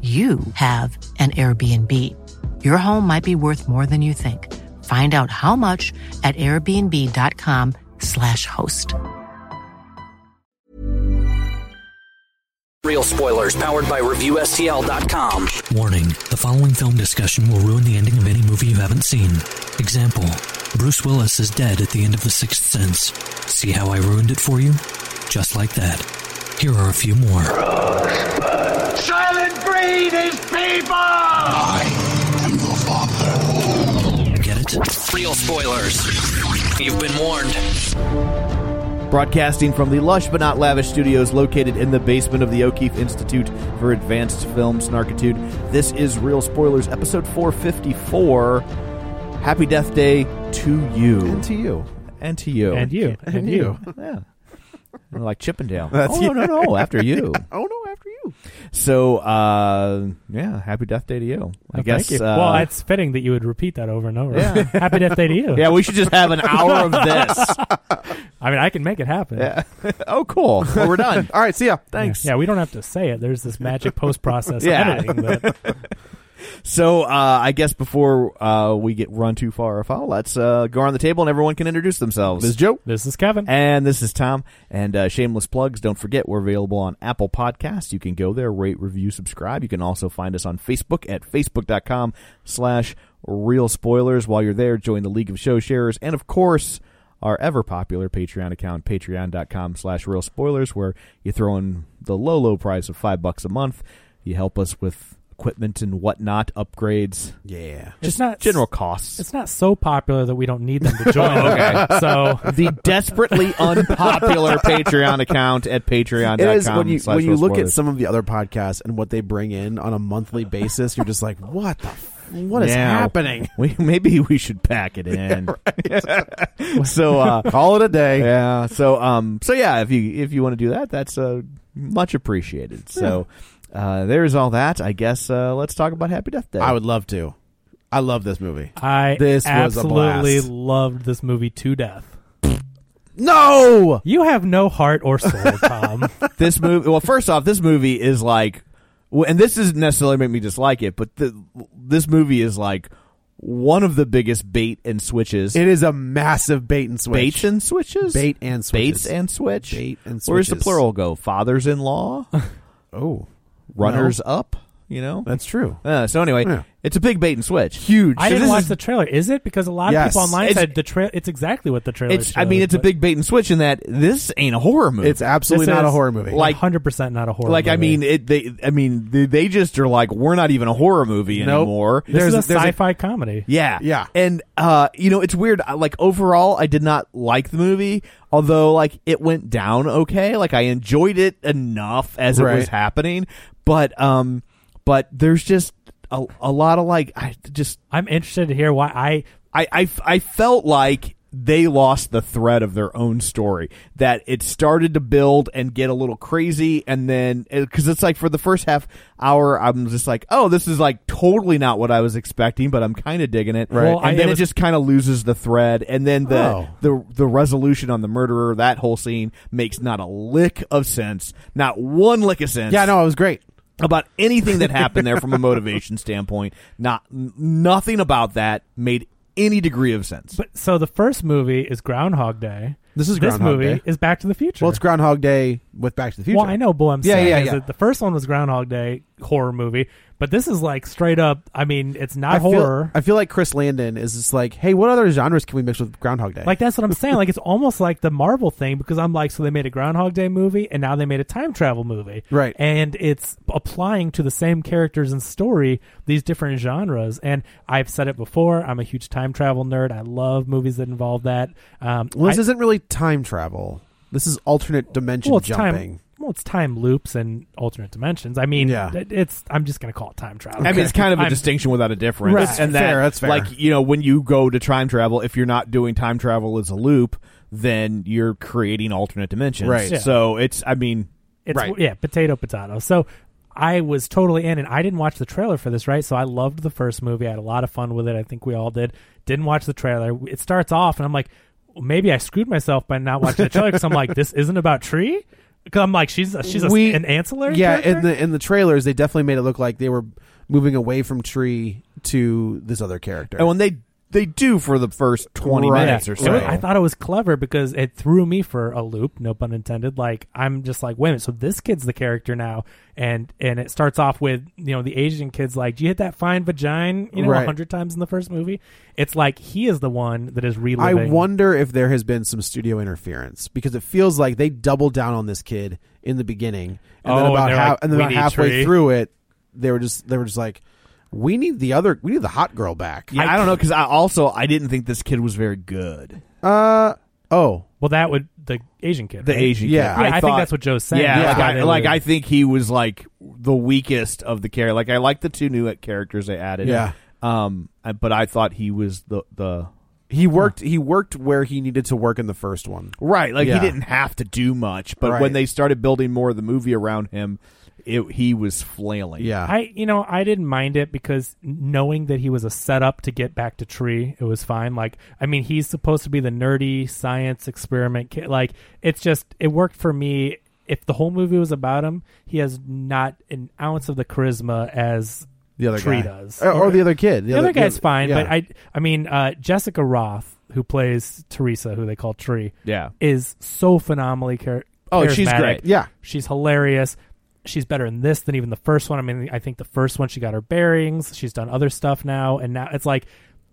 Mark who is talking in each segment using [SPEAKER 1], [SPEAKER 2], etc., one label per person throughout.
[SPEAKER 1] you have an Airbnb. Your home might be worth more than you think. Find out how much at airbnb.com/slash host.
[SPEAKER 2] Real spoilers powered by ReviewSTL.com.
[SPEAKER 3] Warning the following film discussion will ruin the ending of any movie you haven't seen. Example Bruce Willis is dead at the end of The Sixth Sense. See how I ruined it for you? Just like that. Here are a few more.
[SPEAKER 4] Silent breed is people!
[SPEAKER 3] Get it?
[SPEAKER 2] Real spoilers. You've been warned.
[SPEAKER 5] Broadcasting from the lush but not lavish studios located in the basement of the O'Keefe Institute for Advanced Film Snarkitude, this is Real Spoilers, episode 454. Happy Death Day to you. And to you. And to you.
[SPEAKER 6] And you. And you.
[SPEAKER 5] Yeah. like Chippendale. oh, no, no, no. After you.
[SPEAKER 6] Oh no, after you.
[SPEAKER 5] So, uh, yeah, happy Death Day to you. I guess.
[SPEAKER 6] Thank you.
[SPEAKER 5] Uh,
[SPEAKER 6] well, it's fitting that you would repeat that over and over.
[SPEAKER 5] Yeah.
[SPEAKER 6] Happy Death Day to you.
[SPEAKER 5] yeah, we should just have an hour of this.
[SPEAKER 6] I mean, I can make it happen. Yeah.
[SPEAKER 5] oh, cool. Well, we're done.
[SPEAKER 7] All right, see ya. Thanks.
[SPEAKER 6] Yeah, we don't have to say it. There's this magic post process
[SPEAKER 5] Yeah.
[SPEAKER 6] editing that
[SPEAKER 5] So uh, I guess before uh, we get run too far afoul, let's uh, go around the table and everyone can introduce themselves.
[SPEAKER 7] This is Joe.
[SPEAKER 6] this is Kevin.
[SPEAKER 5] And this is Tom. And uh, shameless plugs. Don't forget, we're available on Apple Podcasts. You can go there, rate, review, subscribe. You can also find us on Facebook at facebook.com slash real spoilers. While you're there, join the League of Show Sharers. And of course, our ever popular Patreon account, patreon.com slash real spoilers, where you throw in the low, low price of five bucks a month. You help us with equipment and whatnot, upgrades,
[SPEAKER 7] Yeah.
[SPEAKER 6] it's not
[SPEAKER 5] general costs.
[SPEAKER 6] It's not so popular that we don't need them to join. So
[SPEAKER 5] the desperately unpopular Patreon account at patreon.com.
[SPEAKER 7] It is when you
[SPEAKER 5] slash
[SPEAKER 7] when you
[SPEAKER 5] Real
[SPEAKER 7] look at
[SPEAKER 5] Spoilers.
[SPEAKER 7] some of the other podcasts and what they bring in on a monthly basis, you're just like, what the, f- what is
[SPEAKER 5] Now,
[SPEAKER 7] happening?
[SPEAKER 5] We, maybe we should pack it in. so uh,
[SPEAKER 7] Call it a day.
[SPEAKER 5] yeah, so um, so yeah, if you if you want to do that, that's uh, much appreciated. So uh, there's all that. I guess uh, let's talk about Happy Death Day.
[SPEAKER 7] I would love to. I love this movie.
[SPEAKER 6] I
[SPEAKER 7] This was a
[SPEAKER 6] absolutely
[SPEAKER 7] blast.
[SPEAKER 6] loved this movie to death.
[SPEAKER 7] No.
[SPEAKER 6] You have no heart or soul, Tom.
[SPEAKER 5] this movie. Well, first off, this movie is like, w- and this doesn't necessarily make me dislike it, but the, this movie is like one of the biggest bait and switches.
[SPEAKER 7] It is a massive bait and switch.
[SPEAKER 5] Baits and switches.
[SPEAKER 7] Bait and
[SPEAKER 5] Baits
[SPEAKER 7] switches.
[SPEAKER 5] and switch.
[SPEAKER 7] Bait and
[SPEAKER 5] Where's the
[SPEAKER 7] switches.
[SPEAKER 5] plural go? Fathers-in-law,
[SPEAKER 7] oh,
[SPEAKER 5] runners up. You know.
[SPEAKER 7] that's true.
[SPEAKER 5] Uh, so anyway,
[SPEAKER 7] Yeah.
[SPEAKER 5] it's a big bait and switch.
[SPEAKER 7] Huge.
[SPEAKER 6] I
[SPEAKER 7] So
[SPEAKER 6] didn't
[SPEAKER 7] this
[SPEAKER 6] watch
[SPEAKER 7] is-
[SPEAKER 6] the trailer. Is it because a lot of
[SPEAKER 7] Yes.
[SPEAKER 6] people online
[SPEAKER 5] It's-
[SPEAKER 6] said the trail? It's exactly what the trailer.
[SPEAKER 5] It's. I mean, it's a big bait and switch in that this ain't a horror movie.
[SPEAKER 7] It's absolutely
[SPEAKER 6] This
[SPEAKER 7] not a
[SPEAKER 6] is
[SPEAKER 7] horror movie.
[SPEAKER 5] like-
[SPEAKER 6] Like hundred percent not a horror.
[SPEAKER 5] like I
[SPEAKER 6] movie.
[SPEAKER 5] mean, it. They. I mean, they, they just are like we're not even a horror movie
[SPEAKER 7] Nope.
[SPEAKER 5] anymore.
[SPEAKER 6] this
[SPEAKER 7] there's-
[SPEAKER 6] is a
[SPEAKER 7] there's a-
[SPEAKER 6] sci-fi comedy.
[SPEAKER 5] Yeah.
[SPEAKER 7] Yeah.
[SPEAKER 5] And uh, you know, it's weird. I- Like overall, I did not like the movie, although like it went down okay. Like I enjoyed it enough as it was
[SPEAKER 7] Right.
[SPEAKER 5] happening, but um but there's just a, a lot of like I just
[SPEAKER 6] I'm interested to hear why I
[SPEAKER 5] I, I, I felt like they lost the thread of their own story that it started to build and get a little crazy and then because it's like for the first half hour i'm just like oh this is like totally not what i was expecting but i'm kind of digging it
[SPEAKER 6] Well,
[SPEAKER 5] and
[SPEAKER 6] I-
[SPEAKER 5] then
[SPEAKER 6] it
[SPEAKER 5] it,
[SPEAKER 6] was-
[SPEAKER 5] just kind of loses the thread and then the,
[SPEAKER 7] Oh.
[SPEAKER 5] the the resolution on the murderer that whole scene makes not a lick of sense not one lick of sense
[SPEAKER 7] yeah, no, it was great.
[SPEAKER 5] about anything that happened there from a motivation standpoint. Not n- nothing about that made any degree of sense.
[SPEAKER 6] But so the first movie is Groundhog Day.
[SPEAKER 7] This is
[SPEAKER 6] this
[SPEAKER 7] Groundhog
[SPEAKER 6] movie
[SPEAKER 7] Day.
[SPEAKER 6] is Back to the Future.
[SPEAKER 7] Well, it's Groundhog Day with Back to the Future.
[SPEAKER 6] Well, I know, but what I'm
[SPEAKER 7] Yeah,
[SPEAKER 6] saying
[SPEAKER 7] yeah,
[SPEAKER 6] is
[SPEAKER 7] yeah.
[SPEAKER 6] that the first one was Groundhog Day horror movie, but this is like straight up. I mean, it's not
[SPEAKER 7] I feel,
[SPEAKER 6] horror.
[SPEAKER 7] I feel like Chris Landon is just like, hey, what other genres can we mix with Groundhog Day?
[SPEAKER 6] like that's what I'm saying. Like it's almost like the Marvel thing because I'm like, so they made a Groundhog Day movie and now they made a time travel movie,
[SPEAKER 7] Right.
[SPEAKER 6] And it's applying to the same characters and story these different genres. And I've said it before. I'm a huge time travel nerd. I love movies that involve that. Um,
[SPEAKER 7] well, this
[SPEAKER 6] I-
[SPEAKER 7] isn't really time travel. This is alternate dimension
[SPEAKER 6] well, it's
[SPEAKER 7] jumping.
[SPEAKER 6] time. Well, it's time loops and alternate dimensions. I mean,
[SPEAKER 7] Yeah.
[SPEAKER 6] it- it's. I'm just gonna call it time travel.
[SPEAKER 5] I mean, it's kind of a
[SPEAKER 6] I'm-
[SPEAKER 5] distinction without a difference.
[SPEAKER 6] Right.
[SPEAKER 5] And that,
[SPEAKER 7] Fair, that's fair.
[SPEAKER 5] Like you know, when you go to time travel, if you're not doing time travel as a loop, then you're creating alternate dimensions.
[SPEAKER 7] Right. Yeah.
[SPEAKER 5] So it's, I mean,
[SPEAKER 6] It's
[SPEAKER 5] right.
[SPEAKER 6] yeah, potato potato. So I was totally in and I didn't watch the trailer for this, right? So I loved the first movie. I had a lot of fun with it. I think we all did. Didn't watch the trailer. It starts off and I'm like, maybe I screwed myself by not watching the trailer because I'm like, this isn't about tree. Because I'm like, she's a, she's a,
[SPEAKER 7] We-
[SPEAKER 6] an ancillary.
[SPEAKER 7] Yeah,
[SPEAKER 6] character?
[SPEAKER 7] in the in the trailers, they definitely made it look like they were moving away from Tree to this other character.
[SPEAKER 6] Oh,
[SPEAKER 5] and when they they do for the first twenty
[SPEAKER 7] Right.
[SPEAKER 5] minutes or
[SPEAKER 6] It
[SPEAKER 5] so,
[SPEAKER 6] was- I thought it was clever because it threw me for a loop, no pun intended. Like I'm just like, wait a minute, so this kid's the character now, and and it starts off with you know the Asian kid's like, do you hit that fine vagina you know a
[SPEAKER 7] Right.
[SPEAKER 6] hundred times in the first movie? It's like he is the one that is
[SPEAKER 7] I
[SPEAKER 6] reliving.
[SPEAKER 7] wonder if there has been some studio interference because it feels like they doubled down on this kid in the beginning, and
[SPEAKER 6] Oh,
[SPEAKER 7] then
[SPEAKER 6] and
[SPEAKER 7] about
[SPEAKER 6] they're
[SPEAKER 7] half,
[SPEAKER 6] like,
[SPEAKER 7] and then
[SPEAKER 6] "We
[SPEAKER 7] about
[SPEAKER 6] need
[SPEAKER 7] halfway
[SPEAKER 6] Tree."
[SPEAKER 7] through it, they were just they were just like, we need the other, we need the hot girl back.
[SPEAKER 5] yeah, I, don't know because I also I didn't think this kid was very good.
[SPEAKER 7] Uh oh,
[SPEAKER 6] Well, that would the Asian kid,
[SPEAKER 5] The
[SPEAKER 6] right?
[SPEAKER 5] Asian
[SPEAKER 7] Yeah.
[SPEAKER 5] kid.
[SPEAKER 6] Yeah, I think
[SPEAKER 5] thought-
[SPEAKER 6] that's what Joe's saying.
[SPEAKER 5] Yeah, like,
[SPEAKER 6] That's why
[SPEAKER 5] I,
[SPEAKER 6] they
[SPEAKER 5] like
[SPEAKER 6] lose.
[SPEAKER 5] I think he was like the weakest of the character. Like I like the two new characters they added.
[SPEAKER 7] Yeah.
[SPEAKER 5] Um, I- but I thought he was the the
[SPEAKER 7] he worked he worked where he needed to work in the first one.
[SPEAKER 5] right. Like he
[SPEAKER 7] Yeah.
[SPEAKER 5] didn't have to do much. But
[SPEAKER 7] Right.
[SPEAKER 5] when they started building more of the movie around him, it he was flailing.
[SPEAKER 7] Yeah,
[SPEAKER 6] I you know I didn't mind it because knowing that he was a setup to get back to Tree, it was fine. Like I mean, he's supposed to be the nerdy science experiment kid. Like it's just it worked for me. If the whole movie was about him, he has not an ounce of the charisma as
[SPEAKER 7] the other
[SPEAKER 6] Tree
[SPEAKER 7] guy.
[SPEAKER 6] does.
[SPEAKER 7] Oh, or, or the other kid.
[SPEAKER 6] The other guy's fine,
[SPEAKER 7] yeah.
[SPEAKER 6] but I I mean uh, Jessica Roth, who plays Teresa, who they call Tree,
[SPEAKER 5] Yeah.
[SPEAKER 6] is so phenomenally char-
[SPEAKER 5] Oh, she's
[SPEAKER 6] charismatic.
[SPEAKER 5] great.
[SPEAKER 7] yeah.
[SPEAKER 6] She's hilarious. She's better in this than even the first one. I mean, I think the first one she got her bearings. She's done other stuff now, and now it's like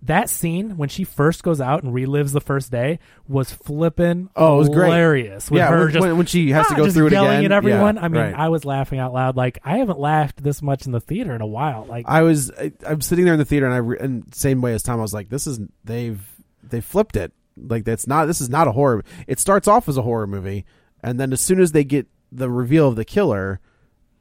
[SPEAKER 6] that scene when she first goes out and relives the first day was flipping.
[SPEAKER 7] Oh, it was great.
[SPEAKER 6] hilarious. With
[SPEAKER 7] Yeah,
[SPEAKER 6] her
[SPEAKER 7] when-
[SPEAKER 6] just
[SPEAKER 7] when- when she has to
[SPEAKER 6] ah,
[SPEAKER 7] go
[SPEAKER 6] just
[SPEAKER 7] through it
[SPEAKER 6] yelling at
[SPEAKER 7] again.
[SPEAKER 6] everyone.
[SPEAKER 7] Yeah,
[SPEAKER 6] I mean,
[SPEAKER 7] right.
[SPEAKER 6] I was laughing out loud. Like I haven't laughed this much in the theater in a while. Like
[SPEAKER 7] I was I, I'm sitting there in the theater and I re- and same way as Tom I was like this is they've they flipped it like that's not this is not a horror it starts off as a horror movie and then as soon as they get the reveal of the killer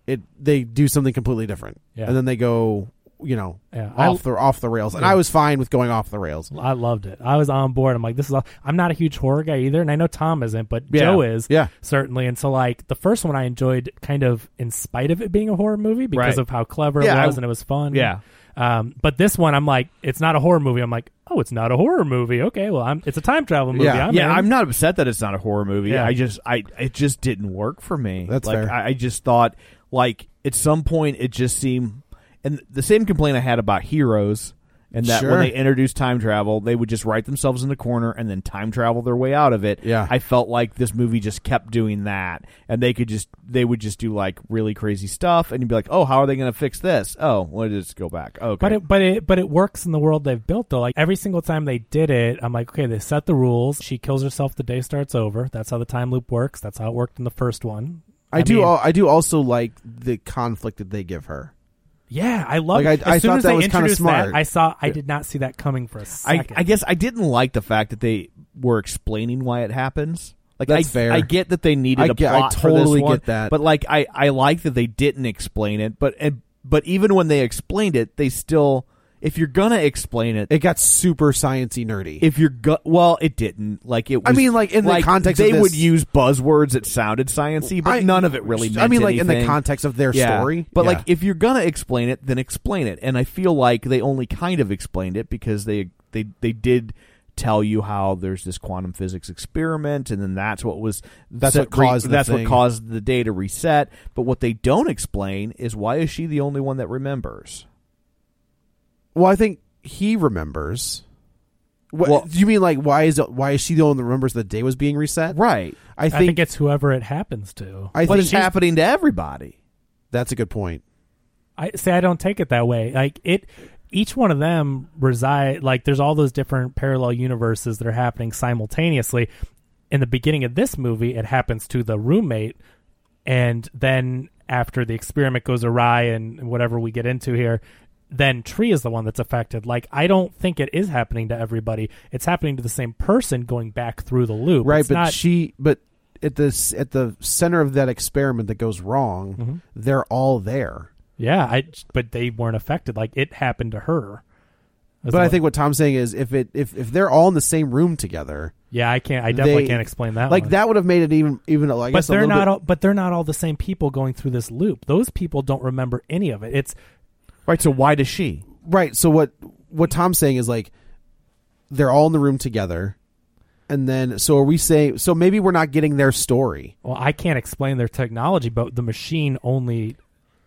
[SPEAKER 7] it they do something completely different
[SPEAKER 6] Yeah.
[SPEAKER 7] and then they go you know
[SPEAKER 6] Yeah, I-
[SPEAKER 7] off the off the rails and I was fine with going off the rails
[SPEAKER 6] I loved it. I was on board. I'm like, this is. All, I'm not a huge horror guy either, and I know Tom isn't, but
[SPEAKER 7] Yeah.
[SPEAKER 6] Joe is.
[SPEAKER 7] Yeah.
[SPEAKER 6] certainly. And so, like, the first one I enjoyed, kind of in spite of it being a horror movie, because
[SPEAKER 5] Right.
[SPEAKER 6] of how clever
[SPEAKER 5] Yeah,
[SPEAKER 6] it
[SPEAKER 5] I-
[SPEAKER 6] was and it was fun.
[SPEAKER 5] Yeah.
[SPEAKER 6] Um, but this one, I'm like, it's not a horror movie. I'm like, oh, it's not a horror movie. Okay, well, I'm. It's a time travel movie.
[SPEAKER 7] Yeah.
[SPEAKER 6] I'm
[SPEAKER 5] yeah,
[SPEAKER 6] in.
[SPEAKER 5] I'm not upset that it's not a horror movie.
[SPEAKER 6] Yeah.
[SPEAKER 5] I just I it just didn't work for me.
[SPEAKER 7] That's
[SPEAKER 5] like
[SPEAKER 7] fair.
[SPEAKER 5] I, I just thought like at some point it just seemed and the same complaint I had about heroes and that
[SPEAKER 7] Sure.
[SPEAKER 5] when they introduced time travel, they would just write themselves in the corner and then time travel their way out of it.
[SPEAKER 7] Yeah.
[SPEAKER 5] I felt like this movie just kept doing that and they could just they would just do like really crazy stuff and you'd be like, "Oh, how are they going to fix this?" Oh, well, just go back. Okay.
[SPEAKER 6] But it, but it, but it works in the world they've built though. Like every single time they did it, I'm like, okay, they set the rules. She kills herself. The day starts over. That's how the time loop works. That's how it worked in the first one.
[SPEAKER 7] I, do
[SPEAKER 6] mean-
[SPEAKER 7] al- I do also like the conflict that they give her
[SPEAKER 6] Yeah, I love.
[SPEAKER 7] Like,
[SPEAKER 6] it.
[SPEAKER 7] I-
[SPEAKER 6] as
[SPEAKER 7] I
[SPEAKER 6] soon
[SPEAKER 7] thought
[SPEAKER 6] as
[SPEAKER 7] that
[SPEAKER 6] they
[SPEAKER 7] was kinda
[SPEAKER 6] introduced
[SPEAKER 7] smart.
[SPEAKER 6] that, I saw. I did not see that coming for a
[SPEAKER 5] I,
[SPEAKER 6] second.
[SPEAKER 5] I guess I didn't like the fact that they were explaining why it happens. Like
[SPEAKER 7] That's
[SPEAKER 5] I,
[SPEAKER 7] fair.
[SPEAKER 5] I get that they needed
[SPEAKER 7] I
[SPEAKER 5] a
[SPEAKER 7] get- I
[SPEAKER 5] plot. for this
[SPEAKER 7] totally
[SPEAKER 5] one,
[SPEAKER 7] get that.
[SPEAKER 5] but like I, I like that they didn't explain it. But and, but even when they explained it, they still, if you're gonna explain it,
[SPEAKER 7] it got super sciency nerdy
[SPEAKER 5] if you're go- well, it didn't. Like it. Was,
[SPEAKER 7] I mean, like, in the context of
[SPEAKER 5] they
[SPEAKER 7] this-
[SPEAKER 5] would use buzzwords that sounded sciency, but
[SPEAKER 7] I-
[SPEAKER 5] none of it really. Meant
[SPEAKER 7] I mean like in the
[SPEAKER 5] anything.
[SPEAKER 7] context of their
[SPEAKER 5] Yeah.
[SPEAKER 7] story
[SPEAKER 5] But
[SPEAKER 7] Yeah.
[SPEAKER 5] like, if you're gonna explain it, then explain it. And I feel like they only kind of explained it because they they they did tell you how there's this quantum physics experiment, and then that's what was
[SPEAKER 7] That's
[SPEAKER 5] set-
[SPEAKER 7] what caused the
[SPEAKER 5] that's
[SPEAKER 7] thing.
[SPEAKER 5] what caused the day to reset. But what they don't explain is why is she the only one that remembers?
[SPEAKER 7] well I think he remembers What,
[SPEAKER 5] Well-
[SPEAKER 7] do you mean like why is why is she the one that remembers the day was being reset?
[SPEAKER 5] Right.
[SPEAKER 7] I
[SPEAKER 6] I
[SPEAKER 7] think,
[SPEAKER 6] think it's whoever it happens to.
[SPEAKER 7] I
[SPEAKER 5] but
[SPEAKER 7] think
[SPEAKER 5] it's happening to everybody.
[SPEAKER 7] that's a good point.
[SPEAKER 6] I say I don't take it that way. Like it, each one of them reside. Like there's all those different parallel universes that are happening simultaneously. In the beginning of this movie, it happens to the roommate, and then after the experiment goes awry and whatever we get into here, then Tree is the one that's affected. Like I don't think it is happening to everybody. It's happening to the same person going back through the loop.
[SPEAKER 7] right,
[SPEAKER 6] It's
[SPEAKER 7] but
[SPEAKER 6] not-
[SPEAKER 7] she but at this at the center of that experiment that goes wrong, they're all there.
[SPEAKER 6] yeah, I. But they weren't affected. Like it happened to her. That's
[SPEAKER 7] but I
[SPEAKER 6] what-
[SPEAKER 7] think what Tom's saying is if it if if they're all in the same room together,
[SPEAKER 6] yeah, I can't. I definitely
[SPEAKER 7] they-
[SPEAKER 6] can't explain that.
[SPEAKER 7] Like
[SPEAKER 6] one.
[SPEAKER 7] that would have made it even even like
[SPEAKER 6] but they're not all, but they're not all the same people going through this loop. Those people don't remember any of it. It's
[SPEAKER 5] Right. So why does she?
[SPEAKER 7] right. So what what Tom's saying is like they're all in the room together, and then so are we saying so maybe we're not getting their story.
[SPEAKER 6] well, I can't explain their technology, but the machine only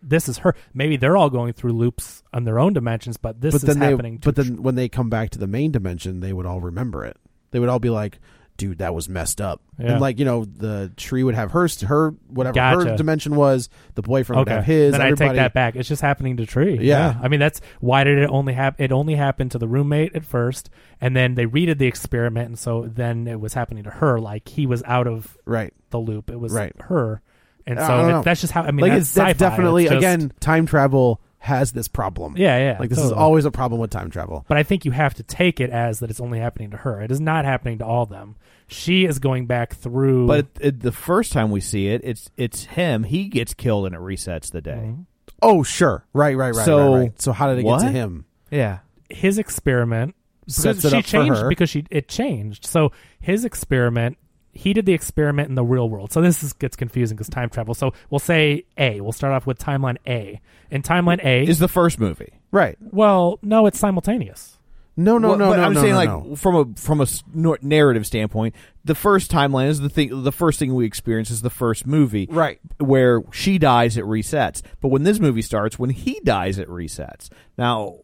[SPEAKER 6] this is her. Maybe they're all going through loops on their own dimensions, but this
[SPEAKER 7] but
[SPEAKER 6] is
[SPEAKER 7] then they
[SPEAKER 6] happening to
[SPEAKER 7] but then when they come back to the main dimension, they would all remember it. They would all be like, "Dude, that was messed up."
[SPEAKER 6] Yeah.
[SPEAKER 7] And like you know, the tree would have her her whatever
[SPEAKER 6] Gotcha.
[SPEAKER 7] her dimension was. The boyfriend would
[SPEAKER 6] okay.
[SPEAKER 7] have his.
[SPEAKER 6] then I
[SPEAKER 7] everybody,
[SPEAKER 6] take that back. It's just happening to Tree.
[SPEAKER 7] Yeah.
[SPEAKER 6] I mean that's why did it only happen? It only happened to the roommate at first, and then they redid the experiment, and so then it was happening to her. Like he was out of
[SPEAKER 7] Right.
[SPEAKER 6] the loop. It was
[SPEAKER 7] Right.
[SPEAKER 6] her. And
[SPEAKER 7] I
[SPEAKER 6] so
[SPEAKER 7] don't
[SPEAKER 6] it-
[SPEAKER 7] know.
[SPEAKER 6] that's just how I mean.
[SPEAKER 7] like
[SPEAKER 6] that's
[SPEAKER 7] it's that's
[SPEAKER 6] sci-fi.
[SPEAKER 7] definitely
[SPEAKER 6] It's just-
[SPEAKER 7] again time travel has this problem.
[SPEAKER 6] Yeah, yeah,
[SPEAKER 7] Like this is
[SPEAKER 6] totally.
[SPEAKER 7] always a problem with time travel.
[SPEAKER 6] But I think you have to take it as that it's only happening to her. It is not happening to all of them. She is going back through.
[SPEAKER 5] But it, it- the first time we see it, it's it's him. He gets killed and it resets the day.
[SPEAKER 7] Oh sure, right, right, right.
[SPEAKER 5] So-
[SPEAKER 7] right, right. so how did it get
[SPEAKER 5] What?
[SPEAKER 7] to him?
[SPEAKER 5] Yeah.
[SPEAKER 6] his experiment because
[SPEAKER 7] Sets it
[SPEAKER 6] she
[SPEAKER 7] up for
[SPEAKER 6] changed
[SPEAKER 7] her.
[SPEAKER 6] because she it changed. So his experiment, he did the experiment in the real world. So this is, gets confusing because time travel. So we'll say A. We'll start off with timeline A. In timeline A,
[SPEAKER 5] Is the first movie.
[SPEAKER 7] Right.
[SPEAKER 6] well, no, it's simultaneous.
[SPEAKER 7] No, no,
[SPEAKER 5] Well,
[SPEAKER 7] no,
[SPEAKER 5] but
[SPEAKER 7] no.
[SPEAKER 5] I'm
[SPEAKER 7] no,
[SPEAKER 5] saying
[SPEAKER 7] no,
[SPEAKER 5] like
[SPEAKER 7] no.
[SPEAKER 5] from a from a s- nor- narrative standpoint, the first timeline is the thing. The first thing we experience is the first movie,
[SPEAKER 7] Right.
[SPEAKER 5] Where she dies, it resets. But when this movie starts, when he dies, it resets. Now,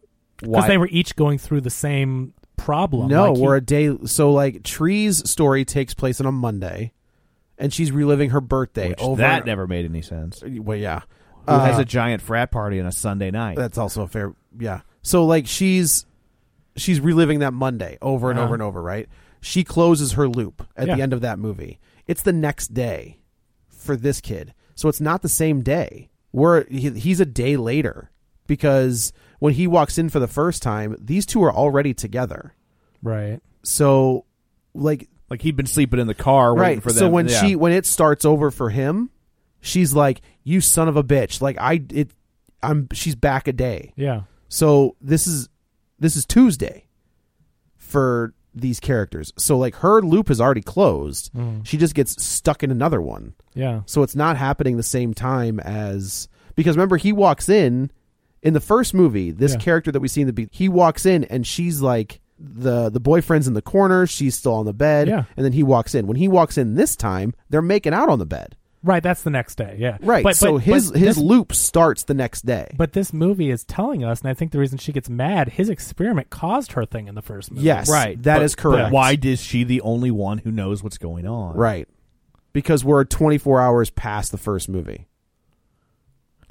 [SPEAKER 5] why?
[SPEAKER 6] Because they were each going through the same problem.
[SPEAKER 7] No,
[SPEAKER 6] Like, he-
[SPEAKER 7] we're a day. So like Tree's story takes place on a Monday, and she's reliving her birthday
[SPEAKER 5] Which
[SPEAKER 7] over.
[SPEAKER 5] that never made any sense. Who
[SPEAKER 7] well, yeah, Uh,
[SPEAKER 5] has a giant frat party on a Sunday night?
[SPEAKER 7] that's also a fair. Yeah. So like she's she's reliving that Monday over and
[SPEAKER 5] Uh-huh.
[SPEAKER 7] over and over. Right. She closes her loop at
[SPEAKER 6] Yeah.
[SPEAKER 7] the end of that movie. It's the next day for this kid, so it's not the same day. We're he, he's a day later because when he walks in for the first time, these two are already together.
[SPEAKER 6] right.
[SPEAKER 7] So like
[SPEAKER 5] like he'd been sleeping in the car, waiting
[SPEAKER 7] right
[SPEAKER 5] for them.
[SPEAKER 7] so when
[SPEAKER 5] yeah.
[SPEAKER 7] she when it starts over for him she's like you son of a bitch like i it i'm she's back a day
[SPEAKER 6] Yeah.
[SPEAKER 7] so this is this is tuesday for these characters so like her loop is already closed
[SPEAKER 6] Mm.
[SPEAKER 7] she just gets stuck in another one
[SPEAKER 6] Yeah.
[SPEAKER 7] so it's not happening the same time as because remember he walks in in the first movie. This
[SPEAKER 6] Yeah.
[SPEAKER 7] character that we see in the be- he walks in and she's like the the boyfriend's in the corner. She's still on the bed,
[SPEAKER 6] Yeah.
[SPEAKER 7] and then he walks in. When he walks in this time, they're making out on the bed,
[SPEAKER 6] Right, that's the next day. Yeah,
[SPEAKER 7] right?
[SPEAKER 6] But,
[SPEAKER 7] so
[SPEAKER 6] but-
[SPEAKER 7] his
[SPEAKER 6] but
[SPEAKER 7] his
[SPEAKER 6] this,
[SPEAKER 7] loop starts the next day.
[SPEAKER 6] but this movie is telling us, and I think the reason she gets mad, his experiment caused her thing in the first movie.
[SPEAKER 7] yes,
[SPEAKER 5] right,
[SPEAKER 7] that
[SPEAKER 5] But-
[SPEAKER 7] is correct.
[SPEAKER 5] But why is she the only one who knows what's going on?
[SPEAKER 7] Right, because we're twenty four hours past the first movie.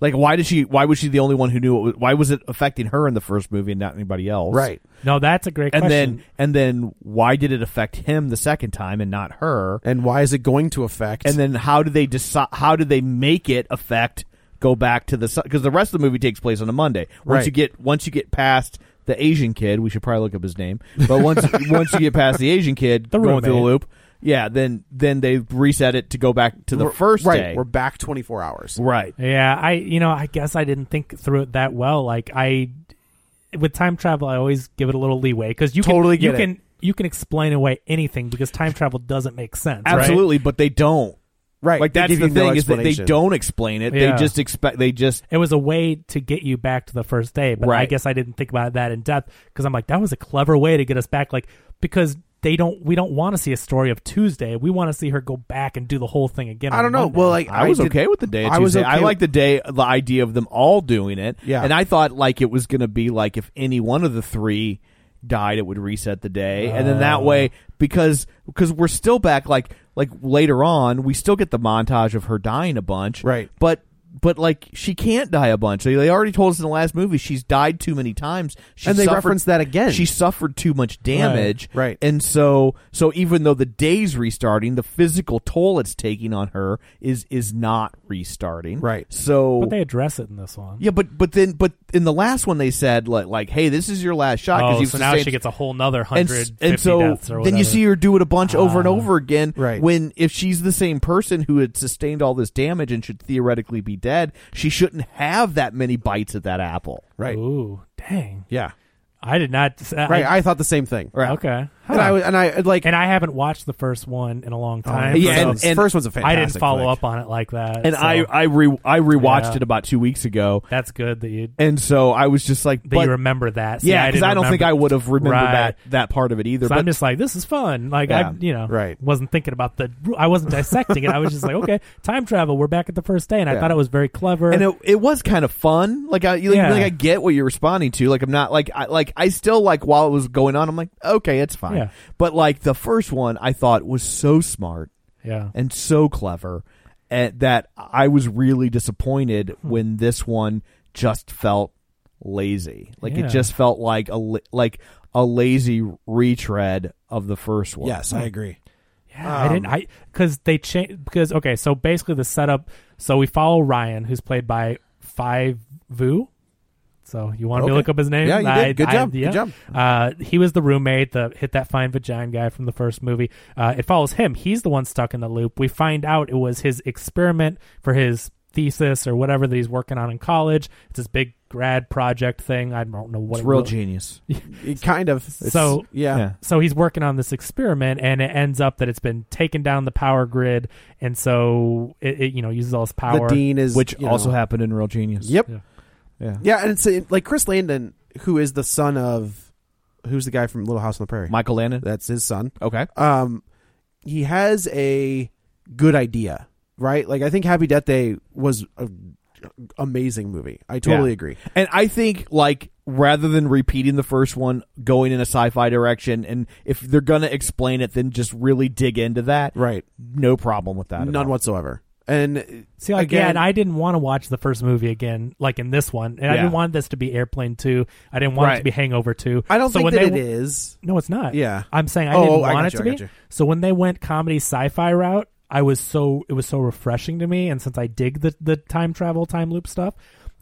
[SPEAKER 5] Like, why did she? Why was she the only one who knew? It was, why was it affecting her in the first movie and not anybody else?
[SPEAKER 7] Right,
[SPEAKER 6] No, that's a great
[SPEAKER 5] And
[SPEAKER 6] question.
[SPEAKER 5] then, and then, why did it affect him the second time and not her?
[SPEAKER 7] and why is it going to affect?
[SPEAKER 5] And then, how do they decide? How do they make it affect? Go back to the because the rest of the movie takes place on a Monday. Once
[SPEAKER 7] Right.
[SPEAKER 5] you get once you get past the Asian kid, we should probably look up his name. But once once you get past the Asian kid
[SPEAKER 6] The
[SPEAKER 5] going through the
[SPEAKER 6] roommate.
[SPEAKER 5] loop, yeah, then then they reset it to go back to the
[SPEAKER 7] We're-
[SPEAKER 5] first
[SPEAKER 7] right,
[SPEAKER 5] day.
[SPEAKER 7] we're back twenty four hours.
[SPEAKER 5] right.
[SPEAKER 6] yeah, I you know I guess I didn't think through it that well. Like I, with time travel, I always give it a little leeway because you
[SPEAKER 7] Totally
[SPEAKER 6] can, you
[SPEAKER 7] get it.
[SPEAKER 6] can you can explain away anything because time travel doesn't make sense. right?
[SPEAKER 5] Absolutely, but they don't.
[SPEAKER 7] Right,
[SPEAKER 5] Like
[SPEAKER 7] they
[SPEAKER 5] that's
[SPEAKER 7] give
[SPEAKER 5] the
[SPEAKER 7] you no
[SPEAKER 5] thing is that they
[SPEAKER 7] explanation.
[SPEAKER 5] don't explain it.
[SPEAKER 6] Yeah.
[SPEAKER 5] They just expect. They just
[SPEAKER 6] It was a way to get you back to the first day, but I
[SPEAKER 5] Right.
[SPEAKER 6] guess I didn't think about that in depth because I'm like, that was a clever way to get us back. Like, because they don't, we don't want to see a story of Tuesday. We want to see her go back and do the whole thing again.
[SPEAKER 7] I
[SPEAKER 6] on
[SPEAKER 7] don't know.
[SPEAKER 6] Monday.
[SPEAKER 7] Well, like
[SPEAKER 5] I, was
[SPEAKER 7] did-
[SPEAKER 5] okay with the day. Of
[SPEAKER 7] I was
[SPEAKER 5] Tuesday. I
[SPEAKER 7] okay-
[SPEAKER 5] like the day, the idea of them all doing it.
[SPEAKER 7] Yeah.
[SPEAKER 5] and I thought like it was going to be like if any one of the three died, it would reset the day, and then that way
[SPEAKER 7] Oh.
[SPEAKER 5] because because we're still back like like later on, we still get the montage of her dying a bunch,
[SPEAKER 7] Right.
[SPEAKER 5] But but like she can't die a bunch. They, they already told us in the last movie she's died too many times. She
[SPEAKER 7] And they
[SPEAKER 5] suffered-
[SPEAKER 7] reference that again.
[SPEAKER 5] She suffered too much damage,
[SPEAKER 7] Right, right.
[SPEAKER 5] And so so even though the day's restarting, the physical toll it's taking on her is is not restarting,
[SPEAKER 7] Right.
[SPEAKER 5] So
[SPEAKER 6] But they address it in this one.
[SPEAKER 5] yeah, but but then but in the last one they said like like hey this is your last shot
[SPEAKER 6] Oh,
[SPEAKER 5] you've
[SPEAKER 6] so now
[SPEAKER 5] sustained-
[SPEAKER 6] she gets a whole nother
[SPEAKER 5] and,
[SPEAKER 6] hundred
[SPEAKER 5] s- and so
[SPEAKER 6] deaths or
[SPEAKER 5] then you
[SPEAKER 6] whatever.
[SPEAKER 5] see her do it a bunch over and
[SPEAKER 6] Ah.
[SPEAKER 5] over again.
[SPEAKER 7] Right.
[SPEAKER 5] When if she's the same person who had sustained all this damage and should theoretically be dead, she shouldn't have that many bites at that apple.
[SPEAKER 7] Right.
[SPEAKER 6] Ooh, dang!
[SPEAKER 7] Yeah.
[SPEAKER 6] I did not.
[SPEAKER 7] Right. I, thought the same thing.
[SPEAKER 5] Right.
[SPEAKER 6] okay.
[SPEAKER 7] And I and I like
[SPEAKER 6] and I haven't watched the first one in a long time.
[SPEAKER 7] yeah,
[SPEAKER 6] so
[SPEAKER 7] and, first one's a
[SPEAKER 6] I
[SPEAKER 7] fantastic.
[SPEAKER 6] didn't follow
[SPEAKER 7] flick.
[SPEAKER 6] up on it like that.
[SPEAKER 5] And
[SPEAKER 6] so
[SPEAKER 5] I I re I rewatched
[SPEAKER 6] Yeah.
[SPEAKER 5] it about two weeks ago,
[SPEAKER 6] that's good that you
[SPEAKER 5] and so I was just like,
[SPEAKER 6] that
[SPEAKER 5] but,
[SPEAKER 6] you remember that. See,
[SPEAKER 5] yeah,
[SPEAKER 6] because
[SPEAKER 5] I, don't think I would have remembered
[SPEAKER 6] Right.
[SPEAKER 5] that that part of it either.
[SPEAKER 6] So
[SPEAKER 5] but
[SPEAKER 6] I'm just like, this is fun. Like
[SPEAKER 5] Yeah,
[SPEAKER 6] I, you know,
[SPEAKER 7] right.
[SPEAKER 6] wasn't thinking about the. I wasn't dissecting it. I was just like, okay, time travel. We're back at the first day, and I
[SPEAKER 5] Yeah.
[SPEAKER 6] thought it was very clever.
[SPEAKER 5] and it, it was kind of fun. Like I like,
[SPEAKER 6] Yeah.
[SPEAKER 5] like I get what you're responding to. Like I'm not like I like I still like while it was going on, I'm like okay, it's fine.
[SPEAKER 6] Yeah.
[SPEAKER 5] But like the first one, I thought was so smart
[SPEAKER 6] yeah,
[SPEAKER 5] and so clever, and that I was really disappointed
[SPEAKER 6] Hmm.
[SPEAKER 5] when this one just felt lazy. Like
[SPEAKER 6] Yeah.
[SPEAKER 5] it just felt like a la- like a lazy retread of the first one.
[SPEAKER 7] Yes, I agree.
[SPEAKER 6] Yeah, I
[SPEAKER 7] Um,
[SPEAKER 6] didn't. I because they change because okay, so basically the setup. So we follow Ryan, who's played by Five Vu. So you want me to
[SPEAKER 7] Okay.
[SPEAKER 6] look up his name?
[SPEAKER 7] Yeah, you did.
[SPEAKER 6] I-
[SPEAKER 7] Good
[SPEAKER 6] I-
[SPEAKER 7] job. Good
[SPEAKER 6] yeah.
[SPEAKER 7] job.
[SPEAKER 6] Uh, he was the roommate, the hit that fine vagina guy from the first movie. Uh, it follows him. He's the one stuck in the loop. We find out it was his experiment for his thesis or whatever that he's working on in college. It's this big grad project thing. I don't know what
[SPEAKER 5] it's
[SPEAKER 6] it
[SPEAKER 5] real
[SPEAKER 6] really-
[SPEAKER 5] genius.
[SPEAKER 7] It kind of. It's-
[SPEAKER 6] So-
[SPEAKER 7] yeah.
[SPEAKER 5] Yeah.
[SPEAKER 6] so he's working on this experiment and it ends up that it's been taken down the power grid and so it, it you know uses all its
[SPEAKER 7] the
[SPEAKER 6] power
[SPEAKER 7] dean is
[SPEAKER 5] Which
[SPEAKER 7] you know-
[SPEAKER 5] also happened in Real Genius.
[SPEAKER 7] Yep.
[SPEAKER 6] Yeah.
[SPEAKER 5] Yeah.
[SPEAKER 7] Yeah, and it's uh, like Chris Landon, who is the son of, who's the guy from Little House on the Prairie?
[SPEAKER 5] Michael Landon.
[SPEAKER 7] That's his son.
[SPEAKER 5] Okay.
[SPEAKER 7] Um, he has a good idea, right? Like I think Happy Death Day was a amazing movie. I totally
[SPEAKER 5] Yeah.
[SPEAKER 7] agree.
[SPEAKER 5] And I think like rather than repeating the first one, going in a sci-fi direction, and if they're gonna explain it, then just really dig into that.
[SPEAKER 7] Right.
[SPEAKER 5] No problem with that. at
[SPEAKER 7] None
[SPEAKER 5] all.
[SPEAKER 7] whatsoever. And
[SPEAKER 6] see like, yeah, and i didn't want to watch the first movie again like in this one and i
[SPEAKER 5] Yeah.
[SPEAKER 6] didn't want this to be airplane 2 i didn't want it
[SPEAKER 5] Right.
[SPEAKER 6] to be hangover 2
[SPEAKER 7] I don't
[SPEAKER 6] so
[SPEAKER 7] think
[SPEAKER 6] when
[SPEAKER 7] that
[SPEAKER 6] they,
[SPEAKER 7] it is.
[SPEAKER 6] no it's not
[SPEAKER 7] Yeah.
[SPEAKER 6] i'm saying i
[SPEAKER 7] Oh,
[SPEAKER 6] didn't want
[SPEAKER 7] I got
[SPEAKER 6] it
[SPEAKER 7] you,
[SPEAKER 6] to
[SPEAKER 7] I
[SPEAKER 6] be
[SPEAKER 7] got you.
[SPEAKER 6] so when they went comedy sci-fi route i was so it was so refreshing to me and since i dig the the time travel time loop stuff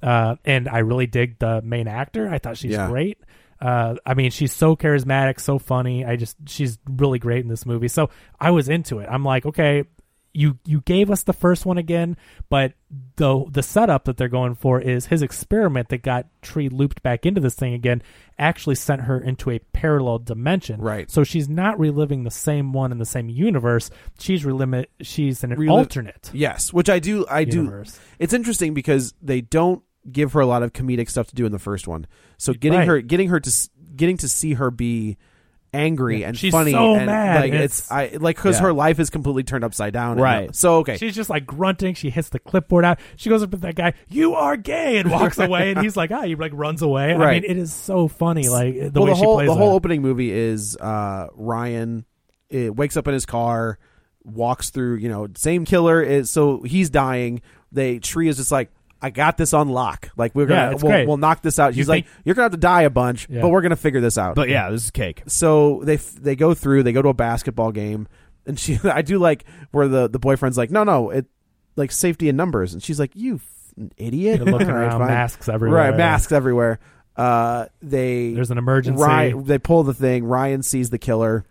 [SPEAKER 6] uh and i really dig the main actor i thought she's
[SPEAKER 7] Yeah.
[SPEAKER 6] great uh, I mean, she's so charismatic, so funny. I just she's really great in this movie. So I was into it. I'm like, okay, you you gave us the first one again, but the the setup that they're going for is his experiment that got tree looped back into this thing again actually sent her into a parallel dimension.
[SPEAKER 7] Right.
[SPEAKER 6] So she's not reliving the same one in the same universe. She's relimit. She's an
[SPEAKER 7] Relive-
[SPEAKER 6] alternate.
[SPEAKER 7] Yes, which I do. I
[SPEAKER 6] Universe.
[SPEAKER 7] do. It's interesting because they don't give her a lot of comedic stuff to do in the first one. So getting
[SPEAKER 6] Right.
[SPEAKER 7] her, getting her to, s- getting to see her be angry
[SPEAKER 6] Yeah,
[SPEAKER 7] and
[SPEAKER 6] she's
[SPEAKER 7] funny
[SPEAKER 6] so
[SPEAKER 7] and
[SPEAKER 6] mad,
[SPEAKER 7] like
[SPEAKER 6] and
[SPEAKER 7] it's, I like because
[SPEAKER 5] Yeah.
[SPEAKER 7] her life is completely turned upside down. and-
[SPEAKER 5] Right.
[SPEAKER 7] so okay.
[SPEAKER 6] She's just like grunting. She hits the clipboard out. She goes up to that guy, "You are gay," and walks away. And he's like, "Ah," he like runs away. I
[SPEAKER 7] Right.
[SPEAKER 6] mean, it is so funny, like the
[SPEAKER 7] well,
[SPEAKER 6] way
[SPEAKER 7] the
[SPEAKER 6] she
[SPEAKER 7] whole
[SPEAKER 6] plays
[SPEAKER 7] the whole
[SPEAKER 6] that.
[SPEAKER 7] opening movie is uh, Ryan it wakes up in his car, walks through. You know, same killer is so he's dying. They tree is just like. I got this on lock. Like we're
[SPEAKER 6] Yeah,
[SPEAKER 7] gonna,
[SPEAKER 6] it's
[SPEAKER 7] we'll,
[SPEAKER 6] great.
[SPEAKER 7] we'll knock this out.
[SPEAKER 6] You
[SPEAKER 7] He's like,
[SPEAKER 6] think-
[SPEAKER 7] you're gonna have to die a bunch,
[SPEAKER 6] Yeah.
[SPEAKER 7] but we're gonna figure this out.
[SPEAKER 5] But yeah, this is cake.
[SPEAKER 7] so they f- they go through they go to a basketball game and she i do like where the the boyfriend's like no no it like safety in numbers and she's like you f- idiot
[SPEAKER 6] They're looking
[SPEAKER 7] All right,
[SPEAKER 6] around,
[SPEAKER 7] fine.
[SPEAKER 6] masks everywhere.
[SPEAKER 7] right masks everywhere uh they
[SPEAKER 6] There's an emergency.
[SPEAKER 7] Ryan, they pull the thing ryan sees the killer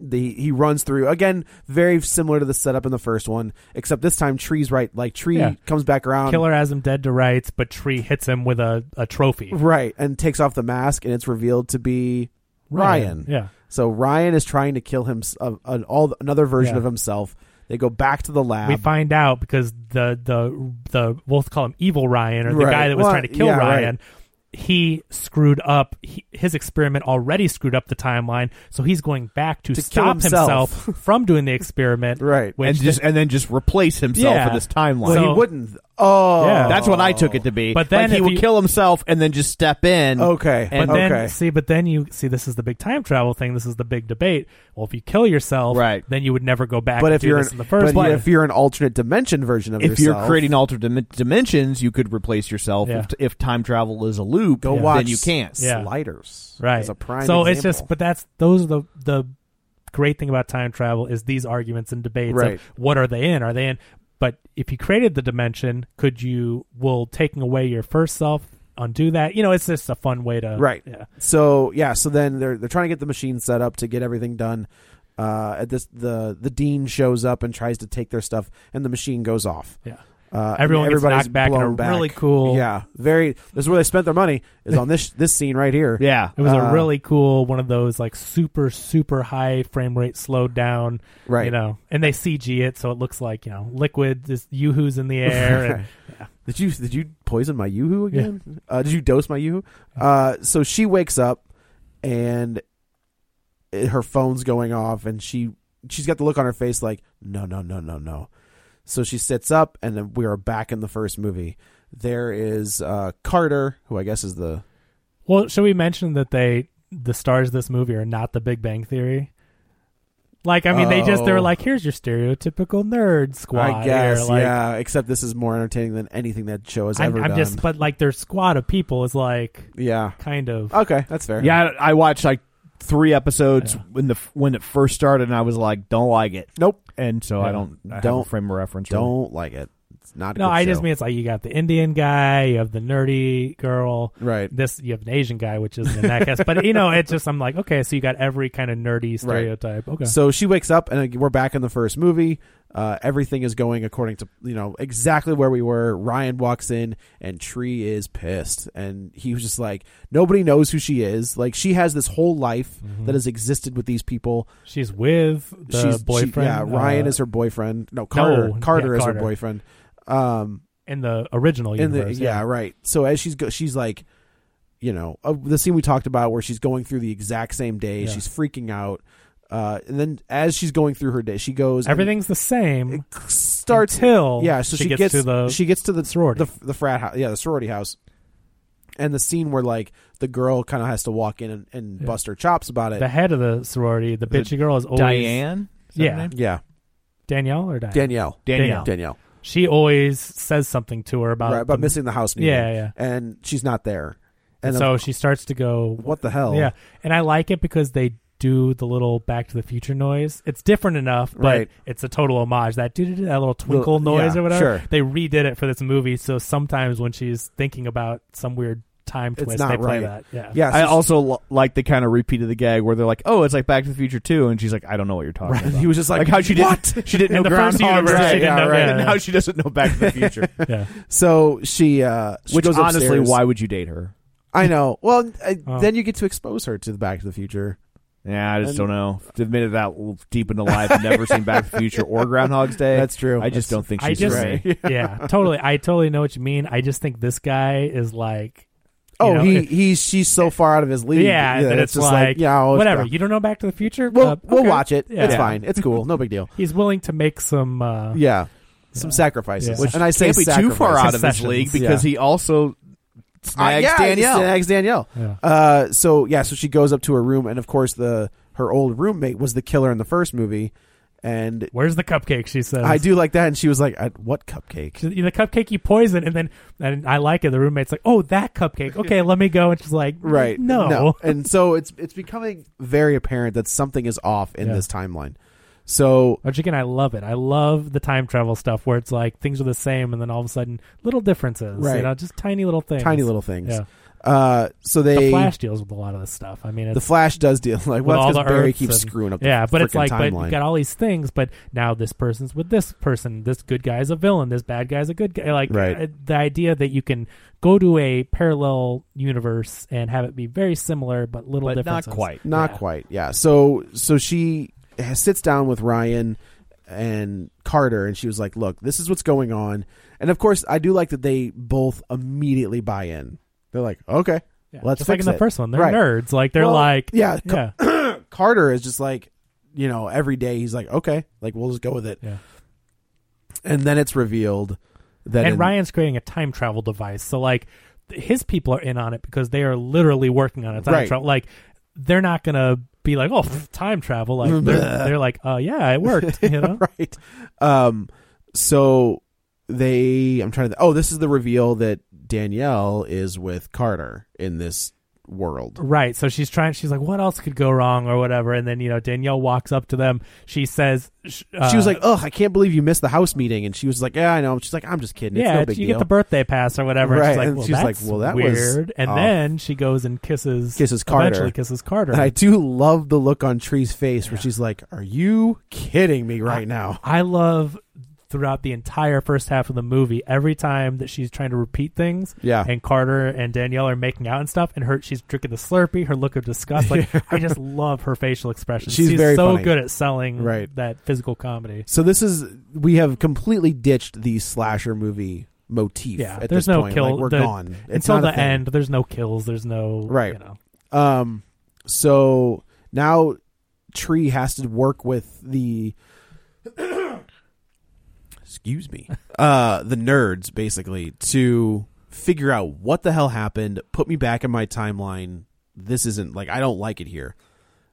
[SPEAKER 7] the he runs through again very similar to the setup in the first one except this time trees right like tree
[SPEAKER 6] Yeah.
[SPEAKER 7] comes back around
[SPEAKER 6] Killer has him dead to rights, but Tree hits him with a, a trophy.
[SPEAKER 7] right and takes off the mask and it's revealed to be ryan
[SPEAKER 6] Yeah.
[SPEAKER 7] So Ryan is trying to kill him uh, an all another version
[SPEAKER 6] Yeah.
[SPEAKER 7] of himself. They go back to the lab.
[SPEAKER 6] we find out because the the the we'll call him evil Ryan or the
[SPEAKER 7] Right.
[SPEAKER 6] guy that was
[SPEAKER 7] Well,
[SPEAKER 6] trying to kill
[SPEAKER 7] yeah, right.
[SPEAKER 6] Ryan. He screwed up. He, his experiment already screwed up the timeline, so he's going back to,
[SPEAKER 7] To kill
[SPEAKER 6] stop
[SPEAKER 7] himself.
[SPEAKER 6] himself from doing the experiment.
[SPEAKER 7] Right.
[SPEAKER 6] which
[SPEAKER 5] and just and then just replace himself
[SPEAKER 6] Yeah.
[SPEAKER 5] in this timeline.
[SPEAKER 7] well,
[SPEAKER 6] So-
[SPEAKER 7] he wouldn't. Oh,
[SPEAKER 6] Yeah.
[SPEAKER 5] That's what I took it to be.
[SPEAKER 6] But
[SPEAKER 5] Like,
[SPEAKER 6] then
[SPEAKER 5] he
[SPEAKER 6] if
[SPEAKER 5] would
[SPEAKER 6] you- Oh,
[SPEAKER 5] kill himself and then just step in.
[SPEAKER 7] okay.
[SPEAKER 5] But
[SPEAKER 6] But then
[SPEAKER 7] okay.
[SPEAKER 6] see, but then you see, this is the big time travel thing. This is the big debate. Well, if you kill yourself,
[SPEAKER 5] Right.
[SPEAKER 6] then you would never go back.
[SPEAKER 7] but
[SPEAKER 6] and
[SPEAKER 7] if
[SPEAKER 6] do
[SPEAKER 7] you're
[SPEAKER 6] this
[SPEAKER 7] an,
[SPEAKER 6] in the first,
[SPEAKER 7] but
[SPEAKER 6] place.
[SPEAKER 7] if you're an alternate dimension version of
[SPEAKER 5] If
[SPEAKER 7] yourself,
[SPEAKER 5] you're creating altered dim- dimensions, you could replace yourself.
[SPEAKER 6] Yeah.
[SPEAKER 5] If, if time travel is a loop,
[SPEAKER 7] go
[SPEAKER 5] then
[SPEAKER 7] watch
[SPEAKER 5] you can't.
[SPEAKER 6] Yeah.
[SPEAKER 7] Sliders.
[SPEAKER 6] right,
[SPEAKER 7] As a prime.
[SPEAKER 6] so it's
[SPEAKER 7] example.
[SPEAKER 6] just, but that's those are the the great thing about time travel is these arguments and debates
[SPEAKER 7] Right.
[SPEAKER 6] of what are they in? Are they in? But if you created the dimension, could you? Will taking away your first self undo that? You know, it's just a fun way to
[SPEAKER 7] Right.
[SPEAKER 6] Yeah.
[SPEAKER 7] So yeah, so then they're they're trying to get the machine set up to get everything done. Uh, at this the the dean shows up and tries to take their stuff, and the machine goes off.
[SPEAKER 6] Yeah.
[SPEAKER 7] Uh,
[SPEAKER 6] Everyone
[SPEAKER 7] and
[SPEAKER 6] gets
[SPEAKER 7] everybody's
[SPEAKER 6] knocked back in a
[SPEAKER 7] blown
[SPEAKER 6] really cool-
[SPEAKER 7] Yeah, very. This is where they spent their money is on this this scene right here.
[SPEAKER 5] Yeah.
[SPEAKER 6] It was
[SPEAKER 7] Uh,
[SPEAKER 6] a really cool one of those like super super high frame rate slowed down,
[SPEAKER 7] Right.
[SPEAKER 6] You know, and they CG it so it looks like you know liquid. This yoo-hoo's in the air. and,
[SPEAKER 7] Did you did you poison my yoo-hoo again? Uh, did you dose my yoo-hoo? Uh, so she wakes up and it- her phone's going off, and she she's got the look on her face like no no no no no. So she sits up, and then we are back in the first movie. There is uh, Carter, who I guess is the
[SPEAKER 6] well, should we mention that they the stars of this movie are not the Big Bang Theory? Like, I mean, they just they
[SPEAKER 7] Oh.
[SPEAKER 6] were like, here's your stereotypical nerd squad.
[SPEAKER 7] I
[SPEAKER 6] here,"
[SPEAKER 7] guess
[SPEAKER 6] like,
[SPEAKER 7] yeah. Except this is more entertaining than anything that show has
[SPEAKER 6] I'm,
[SPEAKER 7] ever
[SPEAKER 6] I'm
[SPEAKER 7] done.
[SPEAKER 6] just, but like their squad of people is like
[SPEAKER 7] yeah.
[SPEAKER 6] kind of
[SPEAKER 7] Okay, that's fair.
[SPEAKER 5] Yeah, I, I watched like three episodes when the when it first started, and I was like, don't like it,
[SPEAKER 7] Nope.
[SPEAKER 5] and so I don't I
[SPEAKER 7] Don't-
[SPEAKER 5] don't frame a reference. really.
[SPEAKER 7] Don't like it. It's not. A
[SPEAKER 6] No,
[SPEAKER 7] good
[SPEAKER 6] I just
[SPEAKER 7] show.
[SPEAKER 6] mean it's like you got the Indian guy, you have the nerdy girl,
[SPEAKER 7] Right.
[SPEAKER 6] This you have an Asian guy, which isn't in that cast, but you know, it's just I'm like, okay, so you got every kind of nerdy stereotype. Okay,
[SPEAKER 7] So she wakes up, and again, we're back in the first movie. Uh, everything is going according to you know exactly where we were. Ryan walks in, and Tree is pissed, and he was just like, nobody knows who she is. Like she has this whole life that has existed with these people.
[SPEAKER 6] she's with Mm-hmm. the
[SPEAKER 7] She's she-
[SPEAKER 6] boyfriend.
[SPEAKER 7] yeah, Ryan
[SPEAKER 6] uh,
[SPEAKER 7] is her boyfriend. No, Carter.
[SPEAKER 6] yeah,
[SPEAKER 7] Carter is
[SPEAKER 6] Carter.
[SPEAKER 7] her boyfriend. Um,
[SPEAKER 6] in the original
[SPEAKER 7] in the
[SPEAKER 6] universe.
[SPEAKER 7] yeah, right. So as she's go, she's like, you know, uh, the scene we talked about where she's going through the exact same day.
[SPEAKER 6] Yeah.
[SPEAKER 7] She's freaking out. Uh, and then as she's going through her day, she goes and-
[SPEAKER 6] everything's the same.
[SPEAKER 7] starts
[SPEAKER 6] Until
[SPEAKER 7] yeah so she,
[SPEAKER 6] she
[SPEAKER 7] gets,
[SPEAKER 6] gets to the
[SPEAKER 7] she gets to the
[SPEAKER 6] sorority.
[SPEAKER 7] the, the frat house yeah the sorority house and the scene where like the girl kind of has to walk in and, and bust her chops about it
[SPEAKER 6] The head of the sorority, the bitchy girl, is always
[SPEAKER 5] Diane. Is that her
[SPEAKER 6] Yeah.
[SPEAKER 5] name?
[SPEAKER 7] yeah
[SPEAKER 6] Danielle or Diane.
[SPEAKER 7] danielle
[SPEAKER 5] Danielle.
[SPEAKER 7] danielle
[SPEAKER 6] She always says something to her about
[SPEAKER 7] right about
[SPEAKER 6] the-
[SPEAKER 7] missing the house meeting
[SPEAKER 6] Yeah, yeah.
[SPEAKER 7] and she's not there and
[SPEAKER 6] so
[SPEAKER 7] of-
[SPEAKER 6] she starts to go,
[SPEAKER 7] what the hell
[SPEAKER 6] Yeah, and I like it because they do the little Back to the Future noise. It's different enough, but
[SPEAKER 7] Right.
[SPEAKER 6] it's a total homage. That doo that little twinkle
[SPEAKER 7] Little-
[SPEAKER 6] noise
[SPEAKER 7] yeah,
[SPEAKER 6] or whatever.
[SPEAKER 7] sure.
[SPEAKER 6] They redid it for this movie, so sometimes when she's thinking about some weird time
[SPEAKER 7] It's
[SPEAKER 6] twist,
[SPEAKER 7] not
[SPEAKER 6] they play
[SPEAKER 7] right.
[SPEAKER 6] that. Yeah,
[SPEAKER 7] yeah so
[SPEAKER 5] I
[SPEAKER 7] she-
[SPEAKER 5] also l- like the kind of repeat of the gag where they're like, "Oh, it's like Back to the Future 2. and she's like, "I don't know what you're talking about."
[SPEAKER 7] he was just like,
[SPEAKER 5] like how she
[SPEAKER 7] what?
[SPEAKER 5] didn't she didn't
[SPEAKER 6] In
[SPEAKER 5] know
[SPEAKER 6] the first
[SPEAKER 5] Groundhog
[SPEAKER 6] universe,
[SPEAKER 5] Day,
[SPEAKER 6] she didn't
[SPEAKER 5] yeah,
[SPEAKER 6] know-
[SPEAKER 5] right,
[SPEAKER 6] yeah,
[SPEAKER 5] and
[SPEAKER 6] yeah.
[SPEAKER 5] now she doesn't know Back to the Future.
[SPEAKER 6] yeah.
[SPEAKER 7] so she uh she
[SPEAKER 5] Which
[SPEAKER 7] goes
[SPEAKER 5] honestly,
[SPEAKER 7] upstairs.
[SPEAKER 5] why would you date her?
[SPEAKER 7] i know well I,
[SPEAKER 6] Oh.
[SPEAKER 7] then you get to expose her to the back to the future
[SPEAKER 5] Yeah, I just
[SPEAKER 7] And-
[SPEAKER 5] don't know. They've made it that l- deep into life, never seen Back to the Future or Groundhog's Day.
[SPEAKER 7] That's true.
[SPEAKER 5] I just
[SPEAKER 7] That's-
[SPEAKER 5] don't think she's
[SPEAKER 6] I just,
[SPEAKER 5] for me.
[SPEAKER 6] yeah, totally. I totally know what you mean. I just think this guy is like, you
[SPEAKER 7] oh
[SPEAKER 6] know,
[SPEAKER 7] he
[SPEAKER 6] it-
[SPEAKER 7] he's she's so far out of his league
[SPEAKER 6] yeah, that it's,
[SPEAKER 7] just
[SPEAKER 6] like,
[SPEAKER 7] yeah oh, it's
[SPEAKER 6] whatever.
[SPEAKER 7] gone.
[SPEAKER 6] You don't know Back to the Future?
[SPEAKER 7] We'll
[SPEAKER 6] Uh,
[SPEAKER 7] we'll
[SPEAKER 6] okay.
[SPEAKER 7] watch it.
[SPEAKER 6] Yeah.
[SPEAKER 7] It's fine. It's cool. No big deal.
[SPEAKER 6] He's willing to make some. Uh,
[SPEAKER 7] Yeah. Some sacrifices.
[SPEAKER 6] Yeah.
[SPEAKER 7] and I say
[SPEAKER 5] can't be too far out of his
[SPEAKER 6] Concessions.
[SPEAKER 5] league because
[SPEAKER 7] Yeah.
[SPEAKER 5] he also snags
[SPEAKER 7] yeah,
[SPEAKER 5] Danielle.
[SPEAKER 7] Snags Danielle.
[SPEAKER 6] Yeah.
[SPEAKER 7] Uh, so yeah, so she goes up to her room, and of course the her old roommate was the killer in the first movie, and
[SPEAKER 6] Where's the cupcake? She says.
[SPEAKER 7] I do like that. And she was like, I, "What cupcake?"
[SPEAKER 6] She's- the cupcake you poison and then and i like it the roommate's like oh that cupcake okay let me go and she's like
[SPEAKER 7] Right.
[SPEAKER 6] no,
[SPEAKER 7] And so it's it's becoming very apparent that something is off in
[SPEAKER 6] Yeah.
[SPEAKER 7] this timeline. So
[SPEAKER 6] Which again, I love it. I love the time travel stuff where it's like things are the same, and then all of a sudden, little differences.
[SPEAKER 7] Right.
[SPEAKER 6] You know, just tiny little things.
[SPEAKER 7] tiny little things.
[SPEAKER 6] Yeah.
[SPEAKER 7] Uh, so they
[SPEAKER 6] the Flash deals with a lot of this stuff. I mean, it's,
[SPEAKER 7] the Flash does deal like
[SPEAKER 6] with
[SPEAKER 7] well,
[SPEAKER 6] all
[SPEAKER 7] because
[SPEAKER 6] the
[SPEAKER 7] Barry
[SPEAKER 6] Earths
[SPEAKER 7] keeps
[SPEAKER 6] and-
[SPEAKER 7] screwing up. The
[SPEAKER 6] Yeah, but it's
[SPEAKER 7] frickin'
[SPEAKER 6] like, but
[SPEAKER 7] timeline.
[SPEAKER 6] you got all these things, but now this person's with this person. This good guy's a villain. This bad guy's a good guy. Like
[SPEAKER 7] Right.
[SPEAKER 6] uh, the idea that you can go to a parallel universe and have it be very similar, but little
[SPEAKER 5] But not
[SPEAKER 6] differences.
[SPEAKER 5] quite.
[SPEAKER 7] Not
[SPEAKER 6] Yeah.
[SPEAKER 7] quite. Yeah. So so she ha- sits down with Ryan and Carter and she was like, "Look, this is what's going on." And of course, I do like that they both immediately buy in. They're like, "Okay.
[SPEAKER 6] Yeah,
[SPEAKER 7] Let's
[SPEAKER 6] just like
[SPEAKER 7] fix
[SPEAKER 6] in the
[SPEAKER 7] it."
[SPEAKER 6] first one. They're
[SPEAKER 7] Right.
[SPEAKER 6] nerds. Like they're
[SPEAKER 7] Well,
[SPEAKER 6] like
[SPEAKER 7] yeah, co-
[SPEAKER 6] yeah,
[SPEAKER 7] Carter is just like, you know, every day he's like, "Okay, like we'll just go with it."
[SPEAKER 6] Yeah.
[SPEAKER 7] And then it's revealed That
[SPEAKER 6] and
[SPEAKER 7] in-
[SPEAKER 6] Ryan's creating a time travel device. So like th- his people are in on it because they are literally working on a time
[SPEAKER 7] Right.
[SPEAKER 6] travel. Like they're not gonna be like, oh, pff, time travel. Like they're, they're like, oh yeah, it worked. You know,
[SPEAKER 7] right. Um, so they, I'm trying to. Oh, this is the reveal that Danielle is with Carter in this world.
[SPEAKER 6] right. So she's trying. She's like, what else could go wrong or whatever. And then you know Danielle walks up to them. She says, sh- uh,
[SPEAKER 7] She was like, "Oh, "Ugh, I can't believe you missed the house meeting," and she was like, "Yeah, I know." She's like, "I'm just kidding. it's
[SPEAKER 6] Yeah,
[SPEAKER 7] no big
[SPEAKER 6] you
[SPEAKER 7] deal."
[SPEAKER 6] get the birthday pass or whatever. And
[SPEAKER 7] Right,
[SPEAKER 6] she's like,
[SPEAKER 7] and
[SPEAKER 6] well,
[SPEAKER 7] she's like,
[SPEAKER 6] that's
[SPEAKER 7] well, that was
[SPEAKER 6] weird. and
[SPEAKER 7] off.
[SPEAKER 6] then she goes and kisses
[SPEAKER 7] Kisses Carter.
[SPEAKER 6] Eventually kisses Carter.
[SPEAKER 7] and I do love the look on Tree's face where she's like, "Are you kidding me right now?"
[SPEAKER 6] I love throughout the entire first half of the movie every time that she's trying to repeat things
[SPEAKER 7] Yeah.
[SPEAKER 6] and carter and danielle are making out and stuff and her she's drinking the slurpee her look of disgust like i just love her facial expression
[SPEAKER 7] She's very
[SPEAKER 6] so
[SPEAKER 7] funny.
[SPEAKER 6] good at selling
[SPEAKER 7] Right.
[SPEAKER 6] that physical comedy
[SPEAKER 7] So this is we have completely ditched the slasher movie motif.
[SPEAKER 6] yeah
[SPEAKER 7] at
[SPEAKER 6] there's
[SPEAKER 7] this
[SPEAKER 6] no
[SPEAKER 7] point.
[SPEAKER 6] kill
[SPEAKER 7] Like, we're
[SPEAKER 6] the-
[SPEAKER 7] gone It's
[SPEAKER 6] until
[SPEAKER 7] not a
[SPEAKER 6] the
[SPEAKER 7] thing.
[SPEAKER 6] end there's no kills there's no
[SPEAKER 7] Right.
[SPEAKER 6] you know
[SPEAKER 7] Um, so now Tree has to work with the excuse me, uh, the nerds basically to figure out what the hell happened. Put me back in my timeline. This isn't like I don't like it here.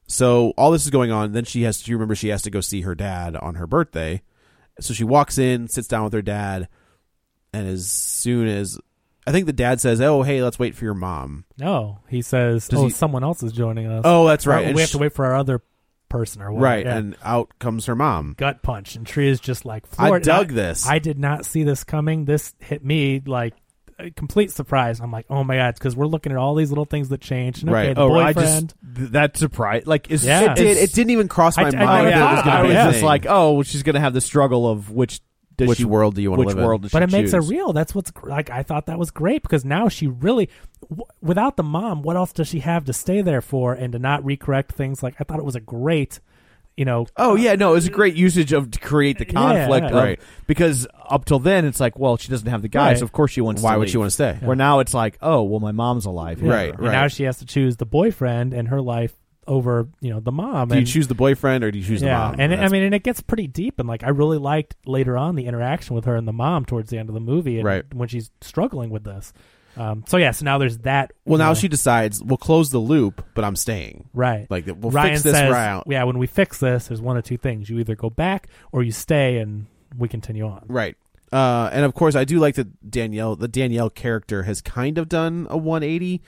[SPEAKER 7] So all this is going on. Then she has to you remember she has to go see her dad on her birthday. So she walks in, sits down with her dad, and as soon as I think the dad says, "Oh, hey, let's wait for your mom."
[SPEAKER 6] no he says
[SPEAKER 7] Does
[SPEAKER 6] oh
[SPEAKER 7] he-
[SPEAKER 6] someone else is joining us
[SPEAKER 7] Oh, that's right.
[SPEAKER 6] we
[SPEAKER 7] And
[SPEAKER 6] have
[SPEAKER 7] sh-
[SPEAKER 6] to wait for our other person or whatever.
[SPEAKER 7] Right,
[SPEAKER 6] Yeah.
[SPEAKER 7] and out comes her mom.
[SPEAKER 6] gut punch and tree is just like
[SPEAKER 7] I
[SPEAKER 6] floored.
[SPEAKER 7] dug
[SPEAKER 6] And
[SPEAKER 7] this.
[SPEAKER 6] I did not see this coming. This hit me like a complete surprise. I'm like, oh my god, because we're looking at all these little things that changed. And okay,
[SPEAKER 7] Right.
[SPEAKER 6] the
[SPEAKER 5] oh, I
[SPEAKER 6] boyfriend.
[SPEAKER 5] just th- that surprise. Like, is
[SPEAKER 6] Yeah.
[SPEAKER 7] It did. It didn't even cross
[SPEAKER 6] I-
[SPEAKER 7] my
[SPEAKER 6] I
[SPEAKER 5] I,
[SPEAKER 6] never Oh,
[SPEAKER 7] mind. that
[SPEAKER 6] yeah.
[SPEAKER 7] it was
[SPEAKER 6] gonna
[SPEAKER 5] I
[SPEAKER 7] going
[SPEAKER 5] was
[SPEAKER 7] to be a
[SPEAKER 5] just
[SPEAKER 7] thing.
[SPEAKER 5] like, oh, well, she's gonna have the struggle of which does
[SPEAKER 7] Which
[SPEAKER 5] she,
[SPEAKER 7] world do you wanna
[SPEAKER 5] which
[SPEAKER 7] live in?
[SPEAKER 5] world does
[SPEAKER 6] but
[SPEAKER 5] she
[SPEAKER 6] it makes
[SPEAKER 5] choose?
[SPEAKER 6] it real. That's what's gr- like. I thought that was great because now she really, w- without the mom, what else does she have to stay there for and to not recorrect things? Like I thought it was a great, you know,
[SPEAKER 5] Oh yeah, no, it was a great usage of to create the conflict,
[SPEAKER 6] yeah.
[SPEAKER 5] of-
[SPEAKER 7] Right.
[SPEAKER 5] Because up till then, it's like, well, she doesn't have the guy,
[SPEAKER 6] Right.
[SPEAKER 5] so of course she wants.
[SPEAKER 7] Why
[SPEAKER 5] to
[SPEAKER 7] would
[SPEAKER 5] leave.
[SPEAKER 7] she wanna stay?
[SPEAKER 5] Where now it's like, oh, well, my mom's alive,
[SPEAKER 7] Right,
[SPEAKER 6] and now she has to choose the boyfriend and her life over you know the mom.
[SPEAKER 7] Do you
[SPEAKER 6] and,
[SPEAKER 7] choose the boyfriend or do you choose
[SPEAKER 6] yeah,
[SPEAKER 7] the mom?
[SPEAKER 6] and it- I
[SPEAKER 7] That's-
[SPEAKER 6] mean, and it gets pretty deep, and like I really liked later on the interaction with her and the mom towards the end of the movie, and
[SPEAKER 7] Right.
[SPEAKER 6] when she's struggling with this. Um, so yeah, so now there's that. you
[SPEAKER 7] well, now
[SPEAKER 6] know,
[SPEAKER 7] she decides we'll close the loop, but I'm staying.
[SPEAKER 6] right
[SPEAKER 7] Like we'll
[SPEAKER 6] Ryan
[SPEAKER 7] fix this
[SPEAKER 6] says,
[SPEAKER 7] right out.
[SPEAKER 6] Yeah, when we fix this, there's one of two things: you either go back or you stay, and we continue on.
[SPEAKER 7] Right. Uh, and of course, I do like that Danielle. The Danielle character has kind of done a 180,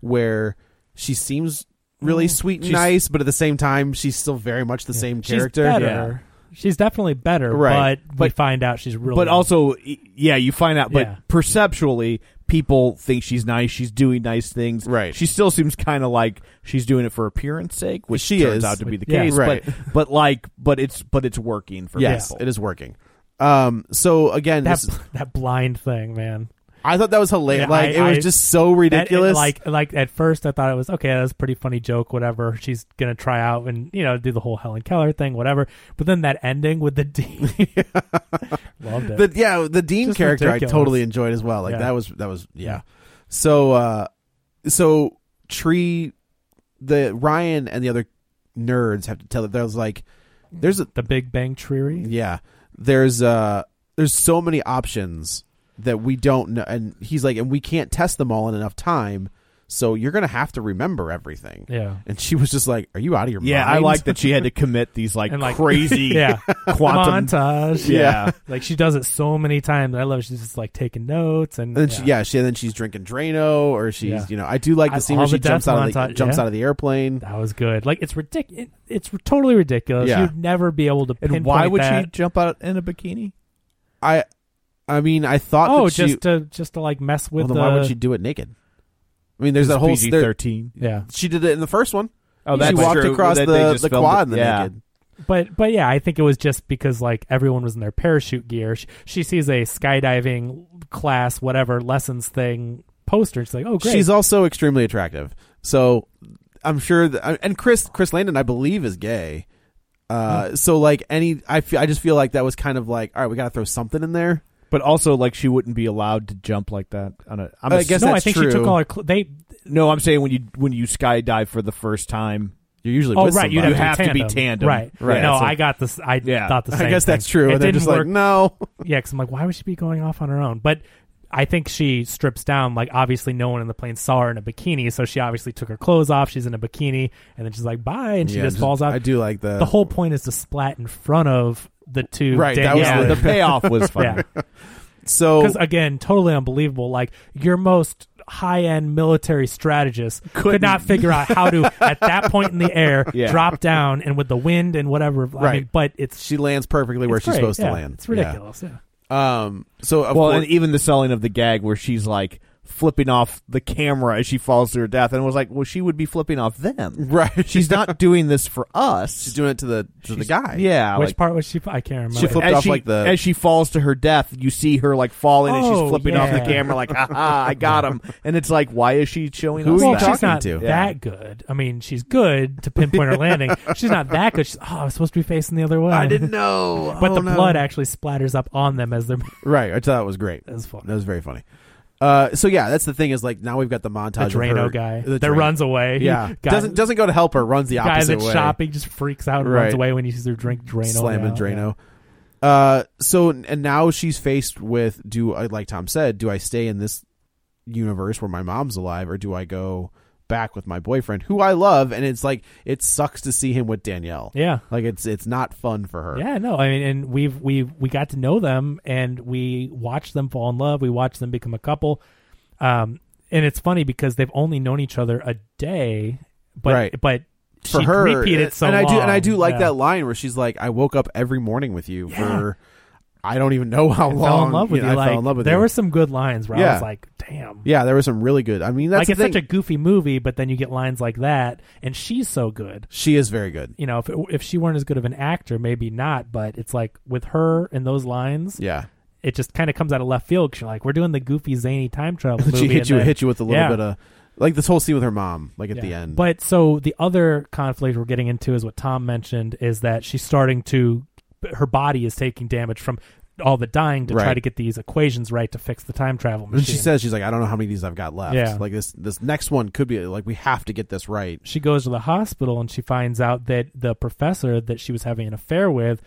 [SPEAKER 7] where she seems
[SPEAKER 6] Mm.
[SPEAKER 7] really sweet and
[SPEAKER 5] She's-
[SPEAKER 7] nice, but at the same time, she's still very much the same character.
[SPEAKER 6] She's better. She's definitely better,
[SPEAKER 7] Right.
[SPEAKER 6] but, we
[SPEAKER 5] But-
[SPEAKER 6] find out she's really.
[SPEAKER 5] But also, y- yeah, you find out. But
[SPEAKER 6] Yeah.
[SPEAKER 5] perceptually, people think she's nice. She's doing nice things.
[SPEAKER 7] Right.
[SPEAKER 5] She still seems kind of like she's doing it for appearance sake, which
[SPEAKER 7] She
[SPEAKER 5] turns
[SPEAKER 7] is.
[SPEAKER 5] out to be the
[SPEAKER 6] Yeah.
[SPEAKER 5] case.
[SPEAKER 7] Right.
[SPEAKER 5] But but like, but it's but it's working for
[SPEAKER 7] Yes,
[SPEAKER 5] people.
[SPEAKER 7] it is working. Um, so again,
[SPEAKER 6] that
[SPEAKER 7] this,
[SPEAKER 6] that blind thing, man.
[SPEAKER 7] I thought that was hilarious.
[SPEAKER 6] Yeah,
[SPEAKER 7] like
[SPEAKER 6] I-
[SPEAKER 7] it was
[SPEAKER 6] I-
[SPEAKER 7] just so
[SPEAKER 6] That-
[SPEAKER 7] ridiculous.
[SPEAKER 6] like like at first I thought it was okay, that was a pretty funny joke, whatever. She's gonna try out and you know do the whole Helen Keller thing, whatever. But then that ending with the D, loved it.
[SPEAKER 7] the yeah the dean
[SPEAKER 6] Just
[SPEAKER 7] character
[SPEAKER 6] ridiculous.
[SPEAKER 7] i totally enjoyed as well like
[SPEAKER 6] Yeah.
[SPEAKER 7] that was that was yeah so uh so tree the ryan and the other nerds have to tell it there's like there's a
[SPEAKER 6] The Big Bang Theory.
[SPEAKER 7] yeah there's uh there's so many options that we don't know and he's like and we can't test them all in enough time so you're gonna have to remember everything
[SPEAKER 6] Yeah.
[SPEAKER 7] and she was just like are you out of your
[SPEAKER 5] Yeah,
[SPEAKER 7] mind
[SPEAKER 5] I like that she had to commit these like,
[SPEAKER 6] And, like-
[SPEAKER 5] crazy
[SPEAKER 6] Yeah,
[SPEAKER 5] quantum.
[SPEAKER 6] montage.
[SPEAKER 5] Yeah.
[SPEAKER 6] like she does it so many times. I love. It. She's just like taking notes and,
[SPEAKER 7] And then she, yeah, she and then she's drinking Drano, or she's,
[SPEAKER 6] Yeah.
[SPEAKER 7] you know, I do like the
[SPEAKER 6] I-
[SPEAKER 7] scene
[SPEAKER 6] all
[SPEAKER 7] where she
[SPEAKER 6] the death
[SPEAKER 7] jumps out of the,
[SPEAKER 6] montage,
[SPEAKER 7] jumps
[SPEAKER 6] yeah.
[SPEAKER 7] out of the airplane.
[SPEAKER 6] that was good. Like it's ridiculous. It's totally ridiculous.
[SPEAKER 7] Yeah.
[SPEAKER 6] You'd never be able to.
[SPEAKER 5] And why
[SPEAKER 6] pinpoint
[SPEAKER 5] would
[SPEAKER 6] that.
[SPEAKER 5] she jump out in a bikini?
[SPEAKER 7] I, I mean, I thought
[SPEAKER 6] Oh,
[SPEAKER 7] that she,
[SPEAKER 6] just to just to like mess
[SPEAKER 7] well,
[SPEAKER 6] with
[SPEAKER 7] then
[SPEAKER 6] the.
[SPEAKER 7] why would she do it naked? I mean, there's that whole
[SPEAKER 5] PG
[SPEAKER 7] there,
[SPEAKER 5] thirteen.
[SPEAKER 6] yeah,
[SPEAKER 7] she did it in the first one.
[SPEAKER 5] Oh,
[SPEAKER 7] she
[SPEAKER 5] that's
[SPEAKER 7] walked
[SPEAKER 5] true.
[SPEAKER 7] across
[SPEAKER 5] That they
[SPEAKER 7] the,
[SPEAKER 5] just
[SPEAKER 7] the
[SPEAKER 5] filmed
[SPEAKER 7] quad
[SPEAKER 5] it.
[SPEAKER 7] in the
[SPEAKER 5] yeah. Oh,
[SPEAKER 7] naked.
[SPEAKER 6] But but yeah, I think it was just because like everyone was in their parachute gear. She, she sees a skydiving class, whatever lessons thing poster. She's like, oh great,
[SPEAKER 7] She's also extremely attractive, so I'm sure. That, and Chris Chris Landon, I believe, is gay. Uh, so like any, I feel, I just feel like that was kind of like, all right, we got to throw something in there.
[SPEAKER 5] But also, like, she wouldn't be allowed to jump like that on a. I'm
[SPEAKER 7] I
[SPEAKER 5] ass-
[SPEAKER 7] guess
[SPEAKER 6] no, "Oh, I
[SPEAKER 7] that's
[SPEAKER 6] think she
[SPEAKER 7] true.
[SPEAKER 6] took all her. Cl- they
[SPEAKER 5] no, I'm saying when you when you skydive for the first time,
[SPEAKER 7] You're usually
[SPEAKER 6] Oh
[SPEAKER 7] with
[SPEAKER 6] right, you'd
[SPEAKER 7] somebody.
[SPEAKER 6] have,
[SPEAKER 5] You have to be tandem.
[SPEAKER 6] Right,
[SPEAKER 5] Right,
[SPEAKER 6] No,
[SPEAKER 5] that's
[SPEAKER 6] I
[SPEAKER 5] it.
[SPEAKER 6] got this. I
[SPEAKER 5] Yeah.
[SPEAKER 6] thought the same.
[SPEAKER 7] I guess that's
[SPEAKER 6] thing.
[SPEAKER 7] true.
[SPEAKER 6] It
[SPEAKER 7] and they're
[SPEAKER 6] didn't
[SPEAKER 7] just
[SPEAKER 6] work.
[SPEAKER 5] "Mm."
[SPEAKER 7] like, no.
[SPEAKER 6] Yeah, because I'm like, why would she be going off on her own? But I think she strips down. Like, obviously, no one in the plane saw her in a bikini, so she obviously took her clothes off. She's in a bikini, and then she's like, bye, and she
[SPEAKER 7] Yeah,
[SPEAKER 6] just, falls out.
[SPEAKER 7] I do like the
[SPEAKER 6] the whole point is to splat in front of the two.
[SPEAKER 7] Right, that was
[SPEAKER 5] Yeah,
[SPEAKER 6] Danielle.
[SPEAKER 7] the-
[SPEAKER 5] the payoff was fun.
[SPEAKER 6] yeah,
[SPEAKER 7] so
[SPEAKER 6] because again, totally unbelievable. Like your most high-end military strategist could
[SPEAKER 5] Couldn't.
[SPEAKER 6] not figure out how to at that point in the air
[SPEAKER 5] Yeah.
[SPEAKER 6] drop down and with the wind and whatever. I
[SPEAKER 7] Right.
[SPEAKER 6] mean, but it's
[SPEAKER 7] she lands perfectly where
[SPEAKER 6] it's
[SPEAKER 7] she's
[SPEAKER 6] great.
[SPEAKER 7] supposed
[SPEAKER 6] Yeah,
[SPEAKER 7] to land.
[SPEAKER 6] It's ridiculous. Yeah.
[SPEAKER 7] Yeah. Um. So of
[SPEAKER 5] well,
[SPEAKER 7] course,
[SPEAKER 5] and even the selling of the gag where she's like flipping off the camera as she falls to her death, and it was like, well, she would be flipping off them.
[SPEAKER 7] right.
[SPEAKER 5] She's not doing this for us.
[SPEAKER 7] She's doing it to the to the
[SPEAKER 5] She's-
[SPEAKER 7] guy.
[SPEAKER 5] Yeah,
[SPEAKER 6] Which
[SPEAKER 5] like-
[SPEAKER 6] part was she? I can't remember.
[SPEAKER 7] She flipped
[SPEAKER 5] as
[SPEAKER 7] off
[SPEAKER 5] she,
[SPEAKER 7] like the-
[SPEAKER 5] as she falls to her death. You see her like falling, and
[SPEAKER 6] Oh,
[SPEAKER 5] she's flipping off the
[SPEAKER 6] yeah.
[SPEAKER 5] camera, like "Ha ha, I got him." And it's like, why is she showing
[SPEAKER 7] Who
[SPEAKER 5] us?
[SPEAKER 7] are you
[SPEAKER 5] that?
[SPEAKER 6] well, she's
[SPEAKER 7] talking
[SPEAKER 6] not
[SPEAKER 7] to?
[SPEAKER 6] that good. I mean, she's good to pinpoint her landing. She's not that good. She's, oh, I was supposed to be facing the other way.
[SPEAKER 7] I didn't know.
[SPEAKER 6] But
[SPEAKER 7] Oh,
[SPEAKER 6] the
[SPEAKER 7] no.
[SPEAKER 6] blood actually splatters up on them as they're.
[SPEAKER 7] Right. I thought that was great.
[SPEAKER 6] That was funny.
[SPEAKER 7] That was very funny. Uh, so yeah, that's the thing is like now we've got the montage.
[SPEAKER 6] The Drano
[SPEAKER 7] of her,
[SPEAKER 6] guy
[SPEAKER 7] the
[SPEAKER 6] that
[SPEAKER 7] Drano.
[SPEAKER 6] runs away.
[SPEAKER 7] Yeah,
[SPEAKER 6] Guy-
[SPEAKER 7] doesn't doesn't go to help her. Runs the
[SPEAKER 6] guy
[SPEAKER 7] opposite
[SPEAKER 6] that's
[SPEAKER 7] way.
[SPEAKER 6] shopping just freaks out and
[SPEAKER 7] Right.
[SPEAKER 6] runs away when he sees her drink Drano.
[SPEAKER 7] slamming
[SPEAKER 6] down.
[SPEAKER 7] Drano. Uh, so and now she's faced with do I like Tom said, do I stay in this universe where my mom's alive, or do I go back with my boyfriend who I love? And it's like it sucks to see him with Danielle.
[SPEAKER 6] Yeah.
[SPEAKER 7] like it's it's not fun for her.
[SPEAKER 6] Yeah, no, I mean, and we've we have we got to know them, and we watched them fall in love. We watched them become a couple, um, and it's funny because they've only known each other a day, but
[SPEAKER 7] Right.
[SPEAKER 6] but
[SPEAKER 7] for
[SPEAKER 6] she
[SPEAKER 7] her
[SPEAKER 6] repeated so
[SPEAKER 7] and I do and I
[SPEAKER 6] long.
[SPEAKER 7] do like
[SPEAKER 6] Yeah.
[SPEAKER 7] that line where she's like, I woke up every morning with you for I don't even know how
[SPEAKER 6] I
[SPEAKER 7] long.
[SPEAKER 6] fell in love with
[SPEAKER 7] know,
[SPEAKER 6] you.
[SPEAKER 7] I
[SPEAKER 6] like
[SPEAKER 7] fell in love with
[SPEAKER 6] there
[SPEAKER 7] you.
[SPEAKER 6] were some good lines where I
[SPEAKER 7] Yeah.
[SPEAKER 6] was like, damn.
[SPEAKER 7] yeah, there were some really good. I mean, that's
[SPEAKER 6] like
[SPEAKER 7] the
[SPEAKER 6] it's
[SPEAKER 7] thing.
[SPEAKER 6] such a goofy movie, but then you get lines like that, and she's so good.
[SPEAKER 7] she is very good.
[SPEAKER 6] You know, if if she weren't as good of an actor, maybe not. But it's like with her and those lines,
[SPEAKER 7] Yeah.
[SPEAKER 6] it just kind of comes out of left field. Cause you're like, we're doing the goofy zany time travel movie.
[SPEAKER 7] she hit
[SPEAKER 6] and
[SPEAKER 7] you
[SPEAKER 6] then-
[SPEAKER 7] hit you with a little
[SPEAKER 6] Yeah.
[SPEAKER 7] bit of like this whole scene with her mom, like at
[SPEAKER 6] Yeah.
[SPEAKER 7] the end.
[SPEAKER 6] But so the other conflict we're getting into is what Tom mentioned is that she's starting to her body is taking damage from all the dying to
[SPEAKER 7] Right.
[SPEAKER 6] try to get these equations right to fix the time travel machine.
[SPEAKER 7] and she says she's like, I don't know how many of these I've got left.
[SPEAKER 6] Yeah.
[SPEAKER 7] Like this this next one could be like we have to get this right.
[SPEAKER 6] she goes to the hospital and she finds out that the professor that she was having an affair with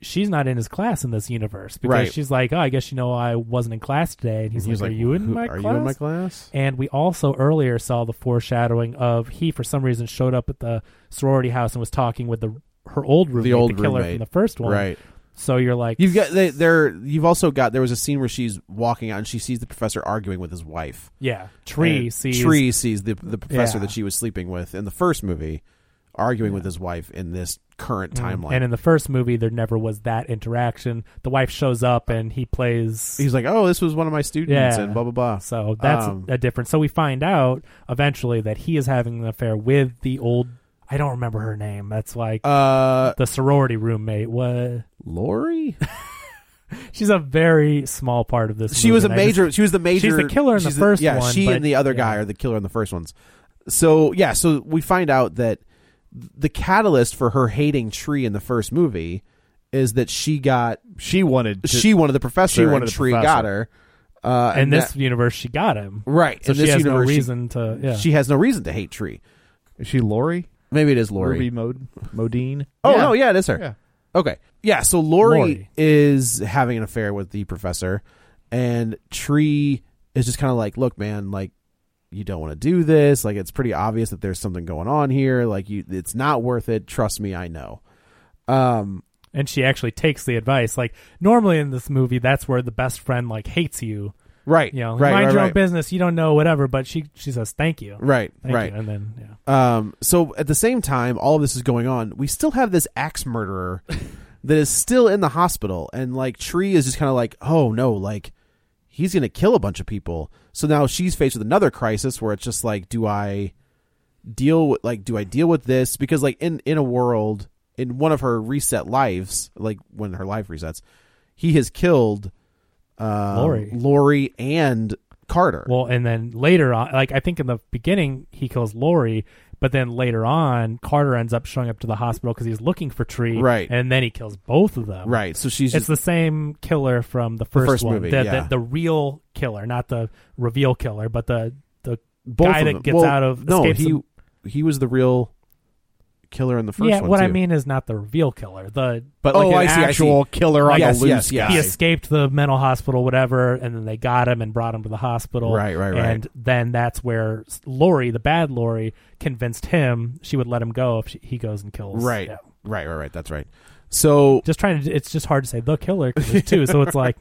[SPEAKER 6] she's not in his class in this universe because
[SPEAKER 7] Right.
[SPEAKER 6] she's like oh i guess you know i wasn't in class today and he's,
[SPEAKER 7] He was
[SPEAKER 6] like, are you in
[SPEAKER 7] "Who-
[SPEAKER 6] my
[SPEAKER 7] are
[SPEAKER 6] class
[SPEAKER 7] you in my class?
[SPEAKER 6] And we also earlier saw the foreshadowing of he, for some reason, showed up at the sorority house and was talking with the her old roommate, the,
[SPEAKER 7] old
[SPEAKER 6] killer
[SPEAKER 7] roommate.
[SPEAKER 6] from the first one.
[SPEAKER 7] Right.
[SPEAKER 6] So you're like,
[SPEAKER 7] You've got they, there. You've also got there was a scene where she's walking out and she sees the professor arguing with his wife.
[SPEAKER 6] yeah, Tree
[SPEAKER 7] And
[SPEAKER 6] sees
[SPEAKER 7] Tree sees the the professor
[SPEAKER 6] Yeah.
[SPEAKER 7] that she was sleeping with in the first movie, arguing with his wife in this current
[SPEAKER 6] Mm.
[SPEAKER 7] timeline.
[SPEAKER 6] And in the first movie, there never was that interaction. The wife shows up and he plays.
[SPEAKER 7] he's like, "Oh, this was one of my students,"
[SPEAKER 6] Yeah.
[SPEAKER 7] and blah blah blah.
[SPEAKER 6] so that's
[SPEAKER 7] Um,
[SPEAKER 6] a difference. So we find out eventually that he is having an affair with the old. I don't remember her name. That's like
[SPEAKER 7] uh,
[SPEAKER 6] the sorority roommate. What?
[SPEAKER 7] Lori.
[SPEAKER 6] She's a very small part of this.
[SPEAKER 7] She was a
[SPEAKER 6] movie, and I just-
[SPEAKER 7] major. she was the major.
[SPEAKER 6] She's the killer in the
[SPEAKER 7] she's
[SPEAKER 6] first
[SPEAKER 7] yeah,
[SPEAKER 6] one,
[SPEAKER 7] she
[SPEAKER 6] but-
[SPEAKER 7] and the other guy
[SPEAKER 6] yeah.
[SPEAKER 7] are the killer in the first ones. So yeah, so we find out that the catalyst for her hating Tree in the first movie is that she got
[SPEAKER 5] she wanted. To,
[SPEAKER 7] she wanted the professor.
[SPEAKER 5] she wanted
[SPEAKER 7] and
[SPEAKER 5] the
[SPEAKER 7] Tree
[SPEAKER 5] professor.
[SPEAKER 7] got her. Uh,
[SPEAKER 6] in
[SPEAKER 7] that-
[SPEAKER 6] this universe she got him
[SPEAKER 7] right
[SPEAKER 6] so
[SPEAKER 7] in
[SPEAKER 6] she
[SPEAKER 7] this
[SPEAKER 6] has
[SPEAKER 7] universe,
[SPEAKER 6] no
[SPEAKER 7] she-
[SPEAKER 6] reason to yeah
[SPEAKER 7] she has no reason to hate Tree.
[SPEAKER 5] Is she Lori.
[SPEAKER 7] Maybe it is Lori.
[SPEAKER 5] Ruby Mod- Modine.
[SPEAKER 7] Oh no, yeah, it is her.
[SPEAKER 5] Yeah.
[SPEAKER 7] Okay, yeah. So Lori,
[SPEAKER 6] Lori.
[SPEAKER 7] is having an affair with the professor, and Tree is just kind of like, "Look, man, like you don't want to do this. Like it's pretty obvious that there's something going on here. Like you, it's not worth it. Trust me, I know." Um,
[SPEAKER 6] and she actually takes the advice like normally in this movie that's where the best friend like hates you
[SPEAKER 7] right,
[SPEAKER 6] you know
[SPEAKER 7] right,
[SPEAKER 6] mind
[SPEAKER 7] right,
[SPEAKER 6] your own
[SPEAKER 7] right,
[SPEAKER 6] business you don't know whatever but she she says thank you
[SPEAKER 7] right,
[SPEAKER 6] thank
[SPEAKER 7] right.
[SPEAKER 6] you. and then yeah
[SPEAKER 7] Um, so at the same time, all of this is going on. We still have this axe murderer that is still in the hospital, and like Tree is just kind of like, oh no, like he's gonna kill a bunch of people. So now she's faced with another crisis where it's just like, do I deal with like, do I deal with this? Because like in in a world in one of her reset lives, like when her life resets, he has killed uh,
[SPEAKER 6] Lori.
[SPEAKER 7] Lori and Carter.
[SPEAKER 6] well and then later on like i think in the beginning he kills lori but then later on carter ends up showing up to the hospital because he's looking for tree
[SPEAKER 7] Right.
[SPEAKER 6] and then he kills both of them
[SPEAKER 7] right. So she's
[SPEAKER 6] it's
[SPEAKER 7] just,
[SPEAKER 6] the same killer from the first,
[SPEAKER 7] first
[SPEAKER 6] one
[SPEAKER 7] movie,
[SPEAKER 6] the,
[SPEAKER 7] yeah.
[SPEAKER 6] the, the real killer not the reveal killer but the the
[SPEAKER 7] both
[SPEAKER 6] guy
[SPEAKER 7] of
[SPEAKER 6] that
[SPEAKER 7] them.
[SPEAKER 6] gets
[SPEAKER 7] Well,
[SPEAKER 6] out of
[SPEAKER 7] no
[SPEAKER 6] escapes
[SPEAKER 7] he he was the real killer in the first
[SPEAKER 6] yeah,
[SPEAKER 7] one.
[SPEAKER 6] what I
[SPEAKER 7] too.
[SPEAKER 6] mean is not the reveal killer. The
[SPEAKER 5] But
[SPEAKER 7] Oh,
[SPEAKER 5] like
[SPEAKER 7] I
[SPEAKER 5] an
[SPEAKER 7] see, I see.
[SPEAKER 5] actual killer on
[SPEAKER 7] Yes,
[SPEAKER 5] the loose
[SPEAKER 7] yes, yes.
[SPEAKER 5] guy.
[SPEAKER 6] he escaped the mental hospital, whatever, and then they got him and brought him to the hospital.
[SPEAKER 7] Right, right, right.
[SPEAKER 6] And then that's where Lori, the bad Lori, convinced him she would let him go if she, he goes and kills.
[SPEAKER 7] right,
[SPEAKER 6] Yeah.
[SPEAKER 7] right, right, right. That's right. So
[SPEAKER 6] Just trying to. It's just hard to say the killer 'cause there's two. So it's like,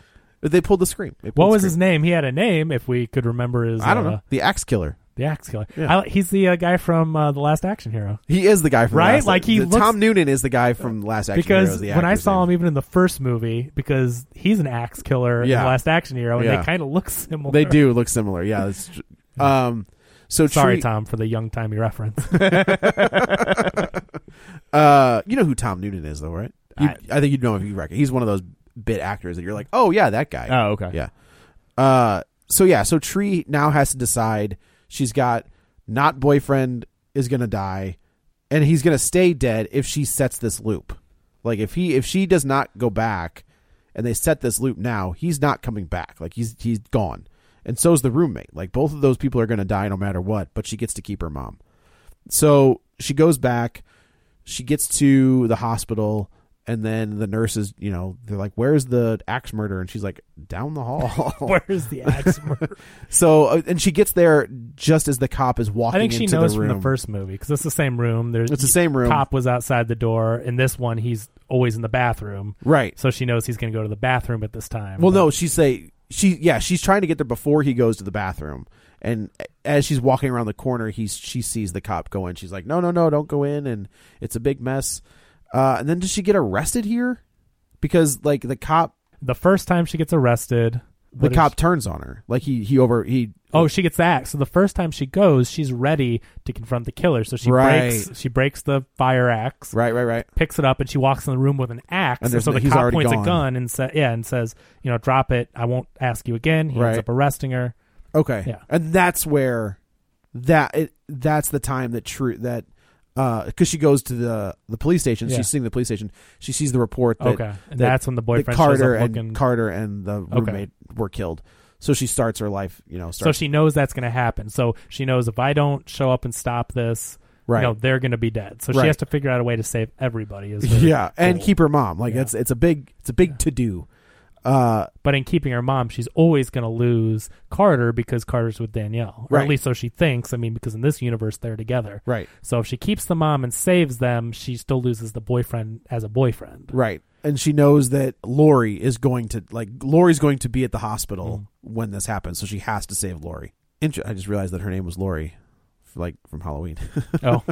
[SPEAKER 7] they pulled the scream. They
[SPEAKER 6] what
[SPEAKER 7] pulled
[SPEAKER 6] was
[SPEAKER 7] the
[SPEAKER 6] his
[SPEAKER 7] scream.
[SPEAKER 6] name? He had a name. If we could remember his,
[SPEAKER 7] I don't
[SPEAKER 6] uh,
[SPEAKER 7] know. The axe killer.
[SPEAKER 6] The axe killer.
[SPEAKER 7] Yeah.
[SPEAKER 6] I li- he's the uh, guy from uh, the Last Action Hero.
[SPEAKER 7] He is the guy from
[SPEAKER 6] Right?
[SPEAKER 7] Last
[SPEAKER 6] Like, he
[SPEAKER 7] the-
[SPEAKER 6] looks-
[SPEAKER 7] Tom Noonan is the guy from Last Action Hero,
[SPEAKER 6] because
[SPEAKER 7] is the
[SPEAKER 6] when I
[SPEAKER 7] actor's
[SPEAKER 6] saw
[SPEAKER 7] name.
[SPEAKER 6] him even in the first movie, because he's an axe killer in
[SPEAKER 7] Yeah.
[SPEAKER 6] the Last Action Hero, and
[SPEAKER 7] Yeah.
[SPEAKER 6] they kind of look similar.
[SPEAKER 7] they do look similar. Yeah. That's tr- um. So
[SPEAKER 6] Sorry,
[SPEAKER 7] Tree-
[SPEAKER 6] Tom, for the young timey reference.
[SPEAKER 7] uh, you know who Tom Noonan is, though, right? You, I, think you'd know if you reckon. He's one of those bit actors that you're like, oh yeah, that guy.
[SPEAKER 5] Oh, okay.
[SPEAKER 7] Yeah. Uh, so yeah, so Tree now has to decide. She's got not boyfriend is gonna die, and he's gonna stay dead if she sets this loop. Like if he if she does not go back, and they set this loop now, he's not coming back. Like he's he's gone, and so's the roommate. Like both of those people are gonna die no matter what. But she gets to keep her mom. So she goes back. She gets to the hospital, and then the nurses, you know, they're like, "Where's the axe murder?" And she's like, "Down the hall."
[SPEAKER 6] Where's the axe murder?
[SPEAKER 7] so, uh, and she gets there just as the cop is walking.
[SPEAKER 6] I think she
[SPEAKER 7] into
[SPEAKER 6] knows
[SPEAKER 7] the
[SPEAKER 6] from
[SPEAKER 7] room.
[SPEAKER 6] the first movie because it's the same room. There's
[SPEAKER 7] It's the same room.
[SPEAKER 6] Cop was outside the door. In this one, he's always in the bathroom,
[SPEAKER 7] right?
[SPEAKER 6] so she knows he's going to go to the bathroom at this time.
[SPEAKER 7] Well,
[SPEAKER 6] But-
[SPEAKER 7] no, she say she yeah, she's trying to get there before he goes to the bathroom, and as she's walking around the corner, he's she sees the cop go in. She's like, "No, no, no, don't go in," and it's a big mess. Uh, and then does she get arrested here? Because like the cop,
[SPEAKER 6] the first time she gets arrested,
[SPEAKER 7] the
[SPEAKER 6] what is
[SPEAKER 7] cop
[SPEAKER 6] she-
[SPEAKER 7] turns on her. Like he he over he
[SPEAKER 6] Oh, she gets the axe. So the first time she goes, she's ready to confront the killer. So she
[SPEAKER 7] Right.
[SPEAKER 6] breaks. She breaks the fire axe.
[SPEAKER 7] right right right
[SPEAKER 6] picks it up and she walks in the room with an axe.
[SPEAKER 7] And
[SPEAKER 6] And
[SPEAKER 7] there's
[SPEAKER 6] so
[SPEAKER 7] no-
[SPEAKER 6] the
[SPEAKER 7] he's
[SPEAKER 6] cop
[SPEAKER 7] already
[SPEAKER 6] points
[SPEAKER 7] gone.
[SPEAKER 6] a gun and sa- yeah, and says, you know, drop it. I won't ask you again. He
[SPEAKER 7] Right.
[SPEAKER 6] ends up arresting her.
[SPEAKER 7] okay
[SPEAKER 6] Yeah.
[SPEAKER 7] and that's where that it, that's the time that true that because she goes to the the police station
[SPEAKER 6] Yeah.
[SPEAKER 7] she's seeing the police station she sees the report that,
[SPEAKER 6] Okay,
[SPEAKER 7] that
[SPEAKER 6] and that's when the boyfriend
[SPEAKER 7] that
[SPEAKER 6] shows up
[SPEAKER 7] Carter and
[SPEAKER 6] looking-
[SPEAKER 7] Carter and the
[SPEAKER 6] Okay.
[SPEAKER 7] roommate were killed so she starts her life you know
[SPEAKER 6] So
[SPEAKER 7] starts,
[SPEAKER 6] she knows that's going to happen. So she knows if I don't show up and stop this,
[SPEAKER 7] Right.
[SPEAKER 6] you know, they're going to be dead. So
[SPEAKER 7] Right.
[SPEAKER 6] she has to figure out a way to save everybody. Is her
[SPEAKER 7] yeah and
[SPEAKER 6] goal.
[SPEAKER 7] keep her mom like
[SPEAKER 6] Yeah.
[SPEAKER 7] that's it's a big it's a big to do uh
[SPEAKER 6] But in keeping her mom, she's always going to lose Carter because Carter's with Danielle, or
[SPEAKER 7] Right.
[SPEAKER 6] at least so she thinks. I mean, because in this universe they're together.
[SPEAKER 7] right
[SPEAKER 6] So if she keeps the mom and saves them, she still loses the boyfriend as a boyfriend.
[SPEAKER 7] Right. And she knows that Lori is going to like Lori's going to be at the hospital
[SPEAKER 6] Mm.
[SPEAKER 7] when this happens, so she has to save Lori. Inter- I just realized that her name was Lori, f- like from Halloween.
[SPEAKER 6] Oh,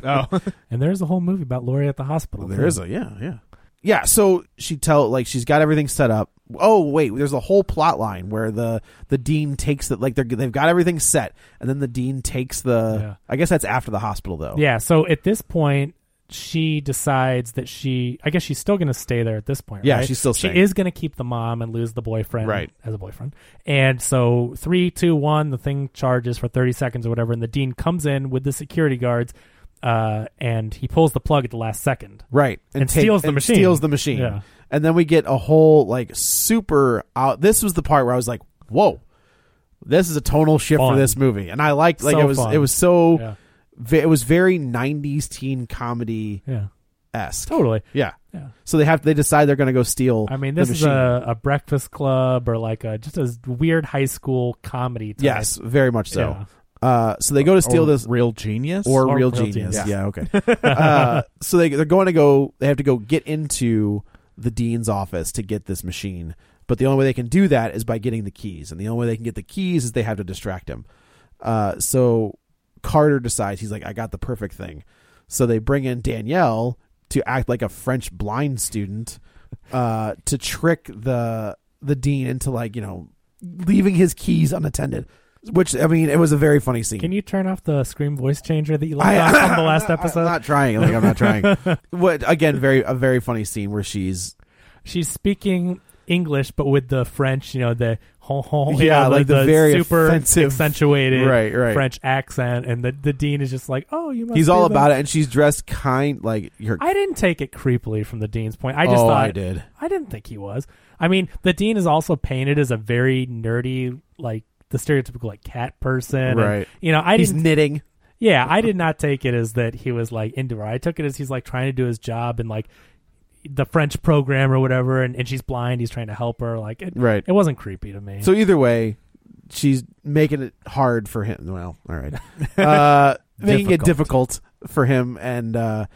[SPEAKER 6] and there's a whole movie about Lori at the hospital.
[SPEAKER 7] there is a yeah, yeah, yeah. So she tell like she's got everything set up. Oh wait, there's a whole plot line where the the dean takes that like they're they've got everything set, and then the dean takes the.
[SPEAKER 6] Yeah.
[SPEAKER 7] I guess that's after the hospital though.
[SPEAKER 6] Yeah. So at this point, she decides that she. I guess she's still going to stay there at this point.
[SPEAKER 7] Yeah,
[SPEAKER 6] right?
[SPEAKER 7] she's still
[SPEAKER 6] She
[SPEAKER 7] staying.
[SPEAKER 6] is going to keep the mom and lose the boyfriend.
[SPEAKER 7] Right.
[SPEAKER 6] As a boyfriend. And so three, two, one. The thing charges for thirty seconds or whatever, and the dean comes in with the security guards, uh, and he pulls the plug at the last second.
[SPEAKER 7] right
[SPEAKER 6] And steals the
[SPEAKER 7] and
[SPEAKER 6] machine.
[SPEAKER 7] steals the machine
[SPEAKER 6] Yeah.
[SPEAKER 7] and then we get a whole like super out this was the part where i was like whoa this is a tonal shift for
[SPEAKER 6] Fun.
[SPEAKER 7] this movie and i liked like
[SPEAKER 6] So
[SPEAKER 7] it was
[SPEAKER 6] fun.
[SPEAKER 7] it was so
[SPEAKER 6] Yeah.
[SPEAKER 7] ve- it was very 90s teen comedy
[SPEAKER 6] Yeah.
[SPEAKER 7] esque
[SPEAKER 6] Totally.
[SPEAKER 7] yeah
[SPEAKER 6] Yeah.
[SPEAKER 7] so they have they decide they're gonna go steal
[SPEAKER 6] I mean,
[SPEAKER 7] the
[SPEAKER 6] this is
[SPEAKER 7] machine.
[SPEAKER 6] a, a breakfast club or like a just a weird high school comedy. Type.
[SPEAKER 7] yes very much so
[SPEAKER 6] Yeah.
[SPEAKER 7] uh so they go to steal
[SPEAKER 5] Or
[SPEAKER 7] this
[SPEAKER 5] real genius
[SPEAKER 7] or,
[SPEAKER 6] Or
[SPEAKER 7] real,
[SPEAKER 6] Real
[SPEAKER 7] genius.
[SPEAKER 6] Genius.
[SPEAKER 7] Yeah, okay. uh, so they they're going to go. They have to go get into the dean's office to get this machine. But the only way they can do that is by getting the keys, and the only way they can get the keys is they have to distract him. Uh, so Carter decides he's like, I got the perfect thing. So they bring in Danielle to act like a French blind student uh, to trick the the dean into like you know leaving his keys unattended. Which I mean, it was a very funny scene.
[SPEAKER 6] Can you turn off the scream voice changer that you left on from the last episode?
[SPEAKER 7] I'm not trying. Like I'm not trying. what again? Very a very funny scene where she's
[SPEAKER 6] She's speaking English, but with the French, you know, the hon, hon, you
[SPEAKER 7] Yeah,
[SPEAKER 6] know,
[SPEAKER 7] like the very
[SPEAKER 6] super
[SPEAKER 7] offensive-
[SPEAKER 6] accentuated
[SPEAKER 7] Right, right.
[SPEAKER 6] French accent, and the, the dean is just like, oh, you must.
[SPEAKER 7] he's
[SPEAKER 6] be
[SPEAKER 7] all
[SPEAKER 6] the-"
[SPEAKER 7] about it, and she's dressed kind like her.
[SPEAKER 6] I didn't take it creepily from the dean's point. I just
[SPEAKER 7] Oh,
[SPEAKER 6] thought
[SPEAKER 7] I did.
[SPEAKER 6] I didn't think he was. I mean, the dean is also painted as a very nerdy, like the stereotypical like cat person, and,
[SPEAKER 7] Right.
[SPEAKER 6] you know, I
[SPEAKER 7] he's
[SPEAKER 6] didn't
[SPEAKER 7] knitting.
[SPEAKER 6] Yeah, I did not take it as that he was like into her. I took it as he's like trying to do his job and like the French program or whatever, and, and she's blind. He's trying to help her. Like, it,
[SPEAKER 7] Right.
[SPEAKER 6] It wasn't creepy to me.
[SPEAKER 7] So either way, she's making it hard for him. Well, all right, uh, making it difficult for him, and uh,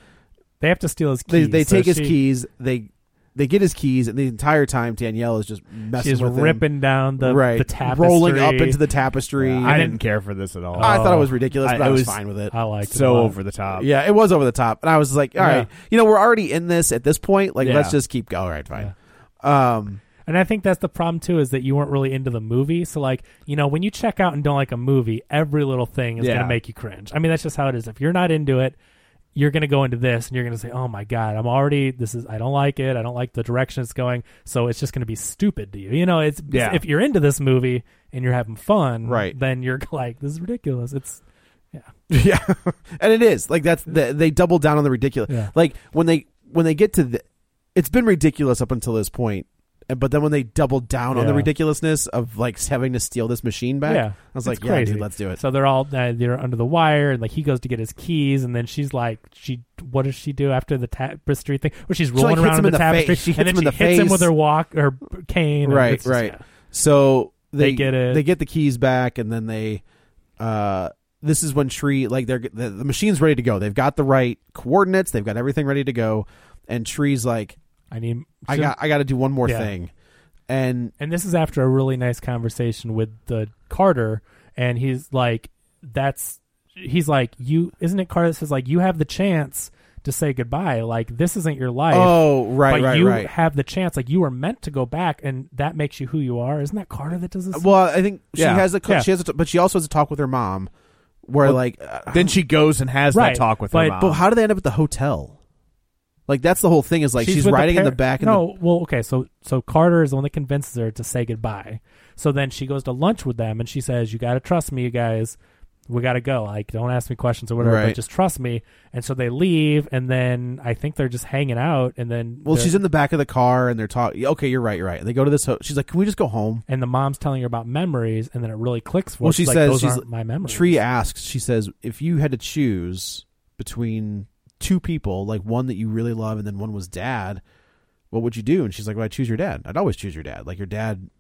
[SPEAKER 6] they have to steal his
[SPEAKER 7] they
[SPEAKER 6] keys.
[SPEAKER 7] they
[SPEAKER 6] So
[SPEAKER 7] take his
[SPEAKER 6] she-
[SPEAKER 7] keys. They they get his keys, and the entire time Danielle is just messing
[SPEAKER 6] She's
[SPEAKER 7] with him.
[SPEAKER 6] ripping down the
[SPEAKER 7] right,
[SPEAKER 6] the tapestry,
[SPEAKER 7] rolling up into the tapestry.
[SPEAKER 5] I
[SPEAKER 7] And
[SPEAKER 5] didn't care for this at all.
[SPEAKER 7] I thought it was ridiculous,
[SPEAKER 5] I-
[SPEAKER 7] but I,
[SPEAKER 5] it
[SPEAKER 7] was,
[SPEAKER 5] was-
[SPEAKER 7] fine with it.
[SPEAKER 6] I liked it a
[SPEAKER 5] so
[SPEAKER 6] lot.
[SPEAKER 5] over the top.
[SPEAKER 7] yeah, it was over the top, and I was like, all right,
[SPEAKER 6] Yeah.
[SPEAKER 7] you know, we're already in this at this point. Like,
[SPEAKER 5] Yeah.
[SPEAKER 7] let's just keep going. All right, fine. Um,
[SPEAKER 6] And I think that's the problem too, is that you weren't really into the movie. So like, you know, when you check out and don't like a movie, every little thing is
[SPEAKER 5] Yeah.
[SPEAKER 6] gonna make you cringe. I mean, that's just how it is. If you're not into it, you're gonna go into this and you're gonna say, Oh my god, I'm already this is I don't like it, I don't like the direction it's going, so it's just gonna be stupid to you. You know, it's
[SPEAKER 5] Yeah.
[SPEAKER 6] if you're into this movie and you're having fun,
[SPEAKER 7] Right.
[SPEAKER 6] then you're like, This is ridiculous. It's
[SPEAKER 7] Yeah, and it is like that's the, they double down on the ridiculous.
[SPEAKER 6] Yeah.
[SPEAKER 7] Like when they when they get to the, it's been ridiculous up until this point, and- but then when they double down on the
[SPEAKER 6] Yeah.
[SPEAKER 7] ridiculousness of like having to steal this machine back,
[SPEAKER 6] Yeah.
[SPEAKER 7] I
[SPEAKER 6] It's
[SPEAKER 7] was like, yeah,
[SPEAKER 6] crazy.
[SPEAKER 7] dude, let's do it.
[SPEAKER 6] So they're all uh, they're under the wire, and like he goes to get his keys, and then she's like, she what does she do after the tapestry thing? Where she's
[SPEAKER 7] like,
[SPEAKER 6] rolling
[SPEAKER 7] hits
[SPEAKER 6] around
[SPEAKER 7] him
[SPEAKER 6] in
[SPEAKER 7] in
[SPEAKER 6] the,
[SPEAKER 7] the face.
[SPEAKER 6] tapestry,
[SPEAKER 7] She hits
[SPEAKER 6] and then
[SPEAKER 7] him in
[SPEAKER 6] she
[SPEAKER 7] the
[SPEAKER 6] hits him
[SPEAKER 7] face.
[SPEAKER 6] with her walk or cane. and
[SPEAKER 7] right,
[SPEAKER 6] it's just-
[SPEAKER 7] right. So they,
[SPEAKER 6] get it.
[SPEAKER 7] They get the keys back, and then they. uh This is when Tree like they're the, the machine's ready to go. They've got the right coordinates. They've got everything ready to go, and Tree's like,
[SPEAKER 6] I mean,
[SPEAKER 7] I got I got to do one more
[SPEAKER 6] Yeah.
[SPEAKER 7] thing, and
[SPEAKER 6] and this is after a really nice conversation with the Carter, and he's like, "That's," he's like, "You isn't it Carter that says like you have the chance to say goodbye? Like this isn't your life."
[SPEAKER 7] oh right,
[SPEAKER 6] but
[SPEAKER 7] right,
[SPEAKER 6] you
[SPEAKER 7] right.
[SPEAKER 6] have the chance. Like you were meant to go back, and that makes you who you are. Isn't that Carter that does this?
[SPEAKER 7] Well, I think she
[SPEAKER 5] Yeah.
[SPEAKER 7] has a co-
[SPEAKER 6] Yeah.
[SPEAKER 7] she has, a t- but she also has a talk with her mom, where
[SPEAKER 5] Well,
[SPEAKER 7] like, uh,
[SPEAKER 5] Then she goes and has
[SPEAKER 6] Right,
[SPEAKER 5] that talk with
[SPEAKER 6] but-
[SPEAKER 5] her mom.
[SPEAKER 7] but how do they end up at the hotel? Like that's the whole thing is like she's,
[SPEAKER 6] with
[SPEAKER 7] riding in the
[SPEAKER 6] par-
[SPEAKER 7] back. and
[SPEAKER 6] No, well, okay. So so Carter is the one that convinces her to say goodbye. So then she goes to lunch with them, and she says, "You got to trust me, you guys. We got to go. Like, don't ask me questions or whatever,
[SPEAKER 7] Right.
[SPEAKER 6] but just trust me." And so they leave, and then I think they're just hanging out, and then
[SPEAKER 7] the, well,
[SPEAKER 6] the-
[SPEAKER 7] she's in the back of the car and they're talking. Okay, you're right, you're right. They go to this. Ho- she's like, can we just go home?
[SPEAKER 6] and the mom's telling her about memories, and then it really clicks for. her.
[SPEAKER 7] Well, she
[SPEAKER 6] She's like,
[SPEAKER 7] says
[SPEAKER 6] "Those
[SPEAKER 7] she's
[SPEAKER 6] aren't my memories.
[SPEAKER 7] Tree asks. She says, if you had to choose between two people, like one that you really love and then one was dad, what would you do? And she's like, well, I choose your dad. I'd always choose your dad. Like your dad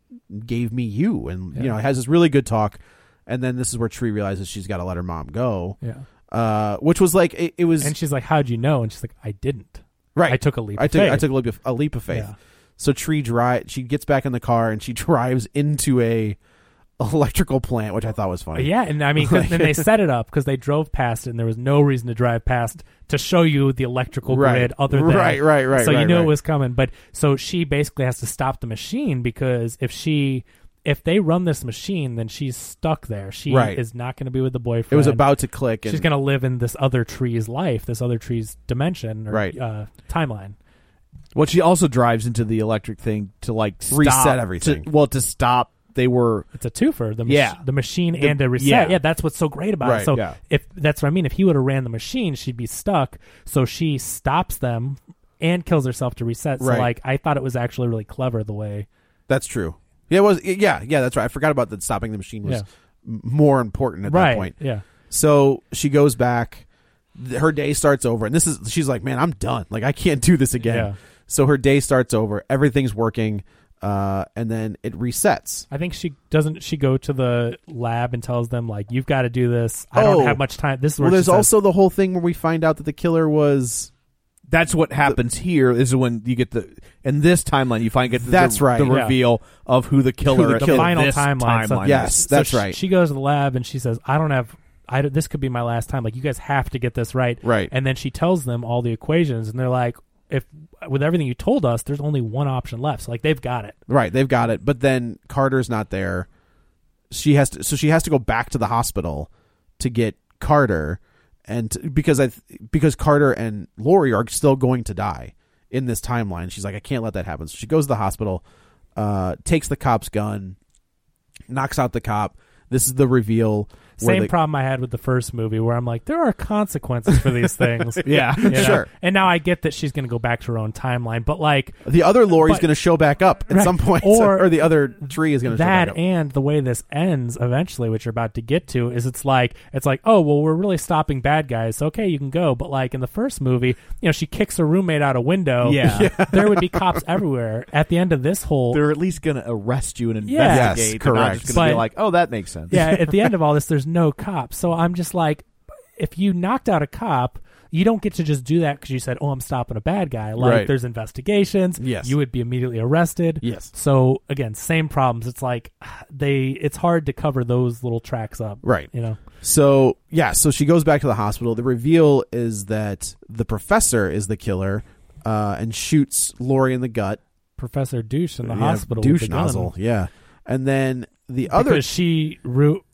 [SPEAKER 7] gave me you, and you
[SPEAKER 6] Yeah.
[SPEAKER 7] know, it has this really good talk. And then this is where Tree realizes she's got to let her mom go.
[SPEAKER 6] Yeah.
[SPEAKER 7] uh, which was like it, it was
[SPEAKER 6] And she's like, "How'd you know?" And she's like, "I didn't.
[SPEAKER 7] right.
[SPEAKER 6] I took a leap.
[SPEAKER 7] I
[SPEAKER 6] of
[SPEAKER 7] took
[SPEAKER 6] faith.
[SPEAKER 7] I took a leap of, a leap of faith.
[SPEAKER 6] Yeah.
[SPEAKER 7] So tree dri She gets back in the car and she drives into a electrical plant, which I thought was funny.
[SPEAKER 6] Yeah, and I mean, 'cause
[SPEAKER 7] Like-
[SPEAKER 6] then they set it up because they drove past it, and there was no reason to drive past to show you the electrical
[SPEAKER 7] Right.
[SPEAKER 6] grid other than
[SPEAKER 7] Right, right, right,
[SPEAKER 6] So you
[SPEAKER 7] right,
[SPEAKER 6] knew
[SPEAKER 7] right.
[SPEAKER 6] it was coming, but so she basically has to stop the machine because if she if they run this machine, then she's stuck there. She
[SPEAKER 7] Right.
[SPEAKER 6] is not going to be with the boyfriend.
[SPEAKER 7] it was about to click. And,
[SPEAKER 6] she's going to live in this other tree's life, this other tree's dimension or
[SPEAKER 7] Right.
[SPEAKER 6] uh, timeline.
[SPEAKER 5] Well, she also drives into the electric thing to like stop,
[SPEAKER 7] Reset
[SPEAKER 5] to-
[SPEAKER 7] everything.
[SPEAKER 5] well, to stop, they were
[SPEAKER 6] It's a twofer. The mach-
[SPEAKER 5] Yeah.
[SPEAKER 6] the machine
[SPEAKER 5] The-
[SPEAKER 6] and a reset.
[SPEAKER 5] yeah.
[SPEAKER 6] Yeah. that's what's so great about
[SPEAKER 7] Right,
[SPEAKER 6] it. So
[SPEAKER 5] yeah.
[SPEAKER 6] if that's what I mean, if he would have ran the machine, she'd be stuck. So she stops them and kills herself to reset. So
[SPEAKER 7] Right.
[SPEAKER 6] like I thought it was actually really clever the way.
[SPEAKER 7] That's true. Yeah, it was. Yeah, yeah. That's right. I forgot about that. Stopping the machine was m more important at
[SPEAKER 6] right.
[SPEAKER 7] that point.
[SPEAKER 6] Yeah.
[SPEAKER 7] So she goes back. Th- Her day starts over, and this is she's like, "Man, I'm done. Like, I can't do this again."
[SPEAKER 6] Yeah.
[SPEAKER 7] So her day starts over. Everything's working, uh, and then it resets.
[SPEAKER 6] I think she doesn't she go to the lab and tells them like you've got to do this. I don't
[SPEAKER 7] Oh.
[SPEAKER 6] have much time. This is where
[SPEAKER 7] Well,
[SPEAKER 6] she
[SPEAKER 7] there's
[SPEAKER 6] says-
[SPEAKER 7] also the whole thing where we find out that the killer was
[SPEAKER 5] that's what happens here is when you get the in this timeline you find get the,
[SPEAKER 7] That's
[SPEAKER 5] the,
[SPEAKER 7] right.
[SPEAKER 5] the
[SPEAKER 6] Yeah.
[SPEAKER 5] reveal of who the killer
[SPEAKER 7] the
[SPEAKER 5] is
[SPEAKER 7] killer-
[SPEAKER 5] in
[SPEAKER 6] final
[SPEAKER 5] this
[SPEAKER 6] timeline, so-
[SPEAKER 5] timeline
[SPEAKER 7] Yes.
[SPEAKER 5] is.
[SPEAKER 7] that's
[SPEAKER 6] she-
[SPEAKER 7] right.
[SPEAKER 6] She goes to the lab and she says, "I don't have. I don't- this could be my last time. Like you guys have to get this right."
[SPEAKER 7] Right.
[SPEAKER 6] And then she tells them all the equations, and they're like, "If with everything you told us, there's only one option left. So like they've got it."
[SPEAKER 7] right. They've got it, but then Carter's not there. She has to, so she has to go back to the hospital to get Carter, and t- because I th- because Carter and Lori are still going to die in this timeline. She's like, I can't let that happen. So she goes to the hospital, uh, takes the cop's gun, knocks out the cop. This is the reveal. where
[SPEAKER 6] Same
[SPEAKER 7] they-
[SPEAKER 6] problem I had with the first movie, where I'm like, there are consequences for these things.
[SPEAKER 7] Yeah,
[SPEAKER 6] You know?
[SPEAKER 7] sure.
[SPEAKER 6] And now I get that she's going to go back to her own timeline, but like
[SPEAKER 7] The other Lori's
[SPEAKER 6] But-
[SPEAKER 7] going to show back up at
[SPEAKER 6] Right.
[SPEAKER 7] some point,
[SPEAKER 6] Or-
[SPEAKER 7] or, the other tree is going to show back
[SPEAKER 6] that
[SPEAKER 7] up.
[SPEAKER 6] and the way this ends eventually which you're about to get to is it's like it's like oh well we're really stopping bad guys so okay you can go but like in the first movie you know she kicks her roommate out a window
[SPEAKER 5] Yeah.
[SPEAKER 6] there would be cops everywhere at the end of this whole
[SPEAKER 5] They're at least going to arrest you and
[SPEAKER 6] Yeah.
[SPEAKER 5] investigate.
[SPEAKER 7] Yes,
[SPEAKER 5] They're not
[SPEAKER 7] correct.
[SPEAKER 5] just going to be
[SPEAKER 6] But-
[SPEAKER 5] like, oh, that makes sense.
[SPEAKER 6] yeah at the end of all this there's no cops so i'm just like if you knocked out a cop you don't get to just do that because you said, "Oh, I'm stopping a bad guy." Like,
[SPEAKER 7] Right.
[SPEAKER 6] there's investigations.
[SPEAKER 7] Yes.
[SPEAKER 6] you would be immediately arrested.
[SPEAKER 7] Yes.
[SPEAKER 6] So again, same problems. It's like they, it's hard to cover those little tracks up.
[SPEAKER 7] Right.
[SPEAKER 6] You know.
[SPEAKER 7] So yeah, so she goes back to the hospital. The reveal is that the professor is the killer, uh, and shoots Lori in the gut.
[SPEAKER 6] Professor Douche in the
[SPEAKER 7] Yeah,
[SPEAKER 6] hospital.
[SPEAKER 7] douche
[SPEAKER 6] with the gun.
[SPEAKER 7] nozzle. Yeah, and then the
[SPEAKER 6] Because
[SPEAKER 7] other
[SPEAKER 6] she ru-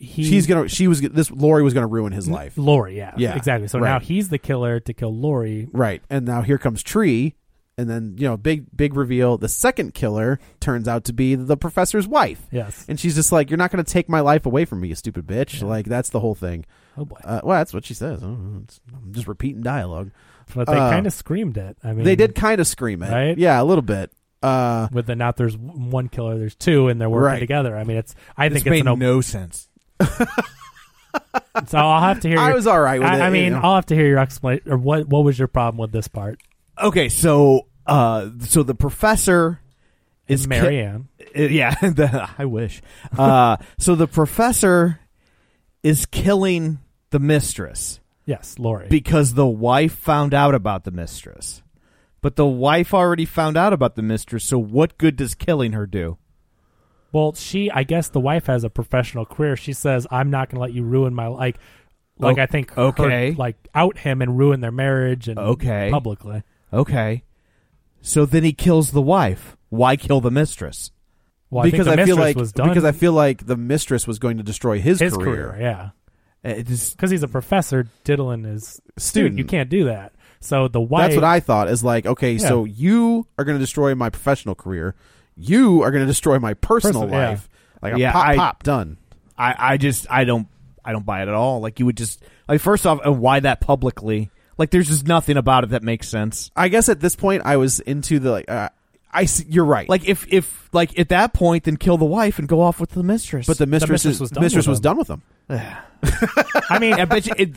[SPEAKER 6] he,
[SPEAKER 7] she's gonna she was this Lori was gonna ruin his life.
[SPEAKER 6] Lori. Yeah,
[SPEAKER 7] Yeah,
[SPEAKER 6] exactly. So now
[SPEAKER 7] right.
[SPEAKER 6] he's the killer to kill Lori.
[SPEAKER 7] Right. And now here comes Tree. And then, you know, big, big reveal. The second killer turns out to be the professor's wife.
[SPEAKER 6] Yes.
[SPEAKER 7] And she's just like, you're not going to take my life away from me, you stupid bitch. Like, that's the whole thing.
[SPEAKER 6] Oh boy,
[SPEAKER 7] Uh, well, that's what she says. I don't know. It's- I'm just repeating dialogue.
[SPEAKER 6] but they
[SPEAKER 7] uh,
[SPEAKER 6] kind of screamed it. I mean,
[SPEAKER 7] They did kind of scream it.
[SPEAKER 6] Right?
[SPEAKER 7] Yeah, a little bit. Uh,
[SPEAKER 6] with the not. There's one killer. There's two, and they're working
[SPEAKER 7] Right.
[SPEAKER 6] together. I mean, it's. I think
[SPEAKER 8] This
[SPEAKER 6] it's
[SPEAKER 8] made
[SPEAKER 6] an. Op-
[SPEAKER 8] no sense.
[SPEAKER 6] so I'll have to hear.
[SPEAKER 7] I
[SPEAKER 6] your-
[SPEAKER 7] was all right with
[SPEAKER 6] I,
[SPEAKER 7] it,
[SPEAKER 6] I
[SPEAKER 7] you
[SPEAKER 6] mean,
[SPEAKER 7] know.
[SPEAKER 6] I'll have to hear your explanation. Or what? What was your problem with this part?
[SPEAKER 5] Okay, so uh, so the professor is ki-
[SPEAKER 6] Marianne.
[SPEAKER 5] Uh, yeah, the, I wish. Uh, so the professor is killing the mistress
[SPEAKER 6] yes, Lori.
[SPEAKER 5] because the wife found out about the mistress. But the wife already found out about the mistress, so what good does killing her do?
[SPEAKER 6] Well, she, I guess the wife has a professional career. She says, "I'm not going to let you ruin my like, like
[SPEAKER 5] O-
[SPEAKER 6] I think her-
[SPEAKER 5] okay.
[SPEAKER 6] like out him and ruin their marriage and
[SPEAKER 5] Okay.
[SPEAKER 6] publicly.
[SPEAKER 5] Okay. So then he kills the wife. Why kill the mistress?
[SPEAKER 6] Well,
[SPEAKER 7] because
[SPEAKER 6] I,
[SPEAKER 7] I,
[SPEAKER 6] think the
[SPEAKER 7] feel
[SPEAKER 6] mistress
[SPEAKER 7] like
[SPEAKER 6] was done
[SPEAKER 7] because I feel like the mistress was going to destroy his,
[SPEAKER 6] his career, yeah,
[SPEAKER 5] Uh, It is
[SPEAKER 6] because he's a professor diddling his
[SPEAKER 7] Student.
[SPEAKER 6] You can't do that. So the wife,
[SPEAKER 7] That's what I thought. Is like, okay,
[SPEAKER 6] Yeah.
[SPEAKER 7] so you are going to destroy my professional career. You are going to destroy my personal
[SPEAKER 6] Person- yeah.
[SPEAKER 7] life. Like, a
[SPEAKER 5] Yeah,
[SPEAKER 7] pop,
[SPEAKER 5] I-
[SPEAKER 7] pop, done.
[SPEAKER 5] I, I just I don't I don't buy it at all. Like you would just like first off, uh, why that publicly? Like there's just nothing about it that makes sense.
[SPEAKER 7] I guess at this point I was into the like. Uh, I see, you're right.
[SPEAKER 5] Like if if like at that point, then kill the wife and go off with the mistress.
[SPEAKER 7] but the mistress,
[SPEAKER 6] mistress
[SPEAKER 7] is-
[SPEAKER 6] was
[SPEAKER 7] mistress was
[SPEAKER 6] done
[SPEAKER 7] done
[SPEAKER 6] with
[SPEAKER 7] with
[SPEAKER 6] him.
[SPEAKER 7] them.
[SPEAKER 5] I mean, I bet you it,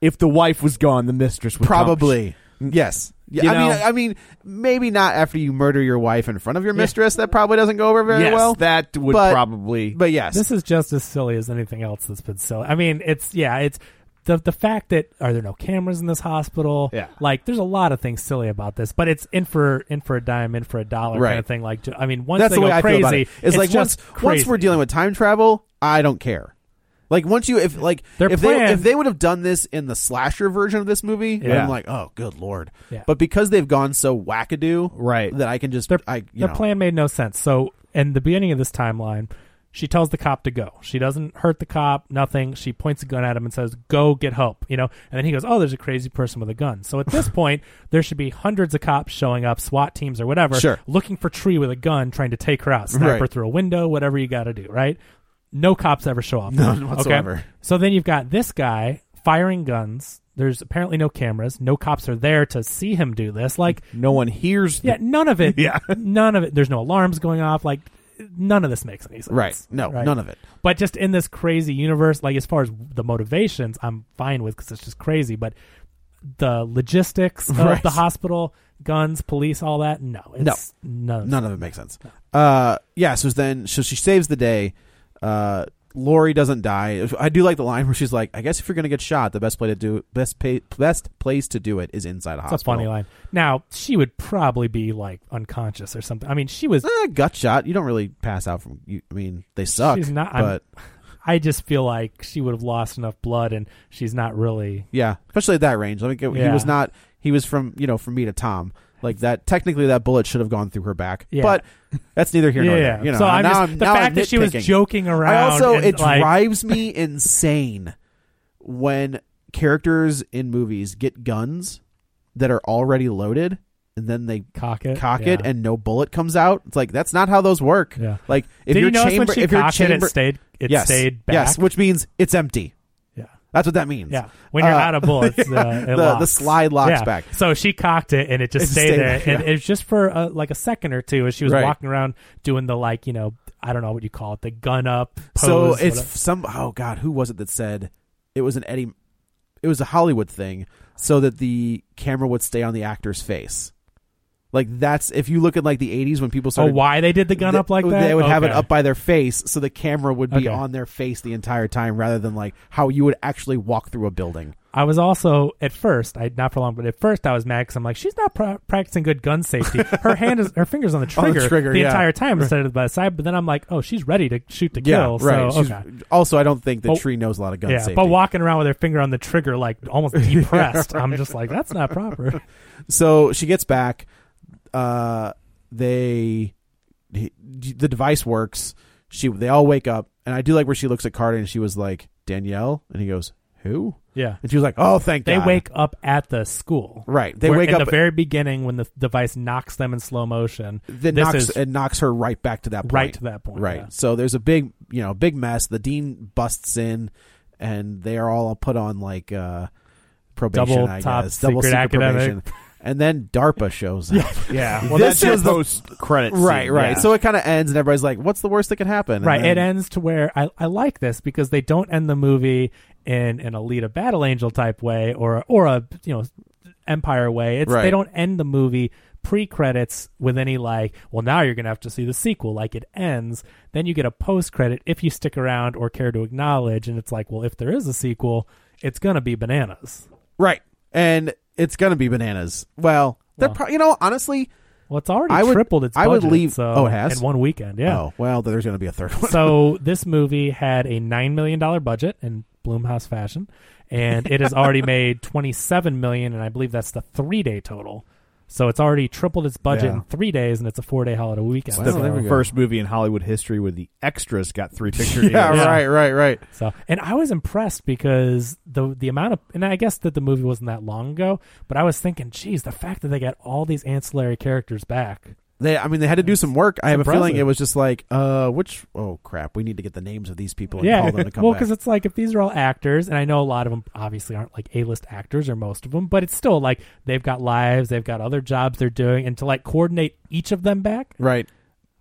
[SPEAKER 5] if the wife was gone, the mistress would
[SPEAKER 7] Probably. Mm, Yes. Yeah,
[SPEAKER 5] You
[SPEAKER 7] I mean,
[SPEAKER 5] know?
[SPEAKER 7] I mean, maybe not after you murder your wife in front of your mistress. That probably doesn't go over very
[SPEAKER 5] Yes,
[SPEAKER 7] well.
[SPEAKER 5] that would
[SPEAKER 7] but-
[SPEAKER 5] probably.
[SPEAKER 7] But yes,
[SPEAKER 6] this is just as silly as anything else that's been silly. I mean, it's yeah, it's the the fact that are there no cameras in this hospital?
[SPEAKER 5] Yeah.
[SPEAKER 6] like there's a lot of things silly about this, but it's in for in for a dime, in for a dollar kind of
[SPEAKER 7] Right.
[SPEAKER 6] thing. Like, ju- I mean, once
[SPEAKER 7] that's
[SPEAKER 6] they
[SPEAKER 7] the way
[SPEAKER 6] go
[SPEAKER 7] I
[SPEAKER 6] crazy,
[SPEAKER 7] feel about it. It's, like once
[SPEAKER 6] just
[SPEAKER 7] once we're
[SPEAKER 6] crazy.
[SPEAKER 7] dealing with time travel, I don't care. Like once you if like
[SPEAKER 6] Their
[SPEAKER 7] if
[SPEAKER 6] plan-
[SPEAKER 7] they if they would have done this in the slasher version of this movie,
[SPEAKER 6] Yeah.
[SPEAKER 7] I'm like, oh good lord.
[SPEAKER 6] Yeah.
[SPEAKER 7] But because they've gone so wackadoo,
[SPEAKER 5] Right.
[SPEAKER 7] that I can just
[SPEAKER 6] their,
[SPEAKER 7] I you
[SPEAKER 6] their
[SPEAKER 7] know,
[SPEAKER 6] plan made no sense. So, in the beginning of this timeline, she tells the cop to go. She doesn't hurt the cop, nothing. She points a gun at him and says, "Go get help," you know. And then he goes, "Oh, there's a crazy person with a gun." So at this point, there should be hundreds of cops showing up, SWAT teams or whatever,
[SPEAKER 7] Sure.
[SPEAKER 6] looking for Tree with a gun, trying to take her out, sniper
[SPEAKER 7] Right.
[SPEAKER 6] through a window, whatever you got to do, right? No cops ever show up.
[SPEAKER 7] None whatsoever.
[SPEAKER 6] So then you've got this guy firing guns. There's apparently no cameras. No cops are there to see him do this. Like
[SPEAKER 5] No one hears. the-
[SPEAKER 6] yeah, none of it.
[SPEAKER 5] Yeah.
[SPEAKER 6] none of it. There's no alarms going off. Like none of this makes any sense.
[SPEAKER 7] Right. No, none of it.
[SPEAKER 6] But just in this crazy universe, like as far as the motivations, I'm fine with because it's just crazy. But the logistics of
[SPEAKER 7] Right.
[SPEAKER 6] the hospital, guns, police, all that. No, it's no, none.
[SPEAKER 7] None of it makes sense. Uh, yeah. So then, so she saves the day. Uh, Lori doesn't die. I do like the line where she's like, "I guess if you're gonna get shot, the best play to do best pay, best place to do it is inside a
[SPEAKER 6] It's
[SPEAKER 7] hospital."
[SPEAKER 6] a funny line. Now she would probably be like unconscious or something. I mean, she was.
[SPEAKER 7] Eh, gut shot. You don't really pass out from. You, I mean, they suck.
[SPEAKER 6] She's not- I'm-
[SPEAKER 7] But
[SPEAKER 6] I just feel like she would have lost enough blood, and she's not really.
[SPEAKER 7] yeah, especially at that range. Let me get. He
[SPEAKER 6] Yeah.
[SPEAKER 7] was not. He was from you know from me to Tom. Like that. Technically, that bullet should have gone through her back.
[SPEAKER 6] Yeah.
[SPEAKER 7] But that's neither here nor there. You know.
[SPEAKER 6] so I'm
[SPEAKER 7] now
[SPEAKER 6] just
[SPEAKER 7] I'm-
[SPEAKER 6] the
[SPEAKER 7] now I'm
[SPEAKER 6] fact that she was
[SPEAKER 7] nitpicking.
[SPEAKER 6] joking around.
[SPEAKER 7] I also
[SPEAKER 6] and,
[SPEAKER 7] it
[SPEAKER 6] like,
[SPEAKER 7] drives me insane when characters in movies get guns that are already loaded and then they
[SPEAKER 6] Cock it.
[SPEAKER 7] cock it
[SPEAKER 6] Yeah.
[SPEAKER 7] and no bullet comes out. It's like that's not how those work.
[SPEAKER 6] Yeah.
[SPEAKER 7] Like if
[SPEAKER 6] Did
[SPEAKER 7] your
[SPEAKER 6] you notice
[SPEAKER 7] chamber
[SPEAKER 6] when she
[SPEAKER 7] if your
[SPEAKER 6] cocked
[SPEAKER 7] chamber
[SPEAKER 6] it, it stayed. It
[SPEAKER 7] yes,
[SPEAKER 6] stayed back.
[SPEAKER 7] Yes, which means it's empty.
[SPEAKER 6] yeah.
[SPEAKER 7] That's what that means.
[SPEAKER 6] Yeah. When you're
[SPEAKER 7] Uh,
[SPEAKER 6] out of bullets, uh, it
[SPEAKER 7] the- the
[SPEAKER 6] locks.
[SPEAKER 7] slide locks
[SPEAKER 6] Yeah.
[SPEAKER 7] back.
[SPEAKER 6] So she cocked it and it just
[SPEAKER 7] It
[SPEAKER 6] stayed,
[SPEAKER 7] stayed
[SPEAKER 6] there.
[SPEAKER 7] there,
[SPEAKER 6] And
[SPEAKER 7] yeah.
[SPEAKER 6] it was just for uh, like a second or two as she was
[SPEAKER 7] Right.
[SPEAKER 6] walking around doing the like, you know, I don't know what you call it, the gun up pose.
[SPEAKER 7] so it's
[SPEAKER 6] whatever.
[SPEAKER 7] some oh god, who was it that said it was an Eddie it was a Hollywood thing so that the camera would stay on the actor's face. Like that's if you look at like the 80s when people
[SPEAKER 6] oh,
[SPEAKER 7] started
[SPEAKER 6] why they did the gun
[SPEAKER 7] Th-
[SPEAKER 6] up like that?
[SPEAKER 7] They would have it
[SPEAKER 6] Okay.
[SPEAKER 7] up by their face, so the camera would
[SPEAKER 6] Okay.
[SPEAKER 7] be on their face the entire time, rather than like how you would actually walk through a building.
[SPEAKER 6] I was also at first, I not for long, but at first I was mad because I'm like, she's not pra- practicing good gun safety. Her hand is, her fingers on the
[SPEAKER 7] On the
[SPEAKER 6] trigger,
[SPEAKER 7] trigger, yeah.
[SPEAKER 6] entire time instead of by the side. But then I'm like, oh, she's ready to shoot to kill. So
[SPEAKER 7] She's-
[SPEAKER 6] okay.
[SPEAKER 7] Also, I don't think the
[SPEAKER 6] But-
[SPEAKER 7] tree knows a lot of gun
[SPEAKER 6] yeah,
[SPEAKER 7] safety.
[SPEAKER 6] but walking around with her finger on the trigger, like almost depressed, I'm just like, that's not proper.
[SPEAKER 7] so she gets back. Uh, they he- the device works. She they all wake up, and I do like where she looks at Carter, and she was like Danielle, and he goes who?
[SPEAKER 6] Yeah,
[SPEAKER 7] And she was like, oh, thank
[SPEAKER 6] they
[SPEAKER 7] God.
[SPEAKER 6] wake up at the school.
[SPEAKER 7] Right, they
[SPEAKER 6] Where
[SPEAKER 7] wake
[SPEAKER 6] in
[SPEAKER 7] up-
[SPEAKER 6] the very beginning when the device knocks them in slow motion.
[SPEAKER 7] that
[SPEAKER 6] this
[SPEAKER 7] knocks
[SPEAKER 6] is
[SPEAKER 7] it knocks her right back to that point.
[SPEAKER 6] Right to that point,
[SPEAKER 7] Right.
[SPEAKER 6] yeah.
[SPEAKER 7] So there's a big you know big mess. The dean busts in, and they are all put on like uh, probation.
[SPEAKER 6] Double
[SPEAKER 7] I
[SPEAKER 6] top
[SPEAKER 7] guess double
[SPEAKER 6] secret academic.
[SPEAKER 7] probation. And then DARPA shows up.
[SPEAKER 6] yeah.
[SPEAKER 7] Well, This that's is the the-
[SPEAKER 5] credit.
[SPEAKER 7] Right, right. So it kind of ends, and everybody's like, "What's the worst that can happen?" And
[SPEAKER 6] Right.
[SPEAKER 7] then-
[SPEAKER 6] It ends to where I, I like this because they don't end the movie in an Alita Battle Angel type way or or a you know Empire way. It's
[SPEAKER 7] Right.
[SPEAKER 6] they don't end the movie pre credits with any like, well now you're gonna have to see the sequel. Like it ends, then you get a post credit if you stick around or care to acknowledge, and it's like, well if there is a sequel, it's gonna be bananas.
[SPEAKER 7] right, and it's gonna be bananas. Well, they're
[SPEAKER 6] Well.
[SPEAKER 7] pro- you know honestly.
[SPEAKER 6] Well it's already
[SPEAKER 7] I would-
[SPEAKER 6] tripled its
[SPEAKER 7] I would
[SPEAKER 6] budget,
[SPEAKER 7] leave-
[SPEAKER 6] so
[SPEAKER 7] oh, it has?
[SPEAKER 6] in one weekend, yeah.
[SPEAKER 7] Oh well, there's gonna be a third one.
[SPEAKER 6] so this movie had a nine million dollar budget in Bloomhouse fashion, and it has already made twenty seven million, and I believe that's the three day total. So it's already tripled its budget
[SPEAKER 7] Yeah.
[SPEAKER 6] in three days, and it's a four day holiday weekend.
[SPEAKER 7] Wow, there we
[SPEAKER 6] so,
[SPEAKER 7] go.
[SPEAKER 5] First movie in Hollywood history where the extras got three picture
[SPEAKER 7] yeah,
[SPEAKER 5] deals.
[SPEAKER 6] Yeah.
[SPEAKER 7] right, right, right.
[SPEAKER 6] so- and I was impressed because the the amount of, and I guess that the movie wasn't that long ago, but I was thinking, geez, the fact that they got all these ancillary characters back.
[SPEAKER 7] They, I mean, they had to do some work. I have a feeling
[SPEAKER 6] impressive.
[SPEAKER 7] it was just like, uh, which, oh crap, we need to get the names of these people and
[SPEAKER 6] yeah,
[SPEAKER 7] call them to come
[SPEAKER 6] well,
[SPEAKER 7] back.
[SPEAKER 6] because it's like if these are all actors, and I know a lot of them obviously aren't like A-list actors or most of them, but it's still like they've got lives, they've got other jobs they're doing, and to like coordinate each of them back.
[SPEAKER 7] right.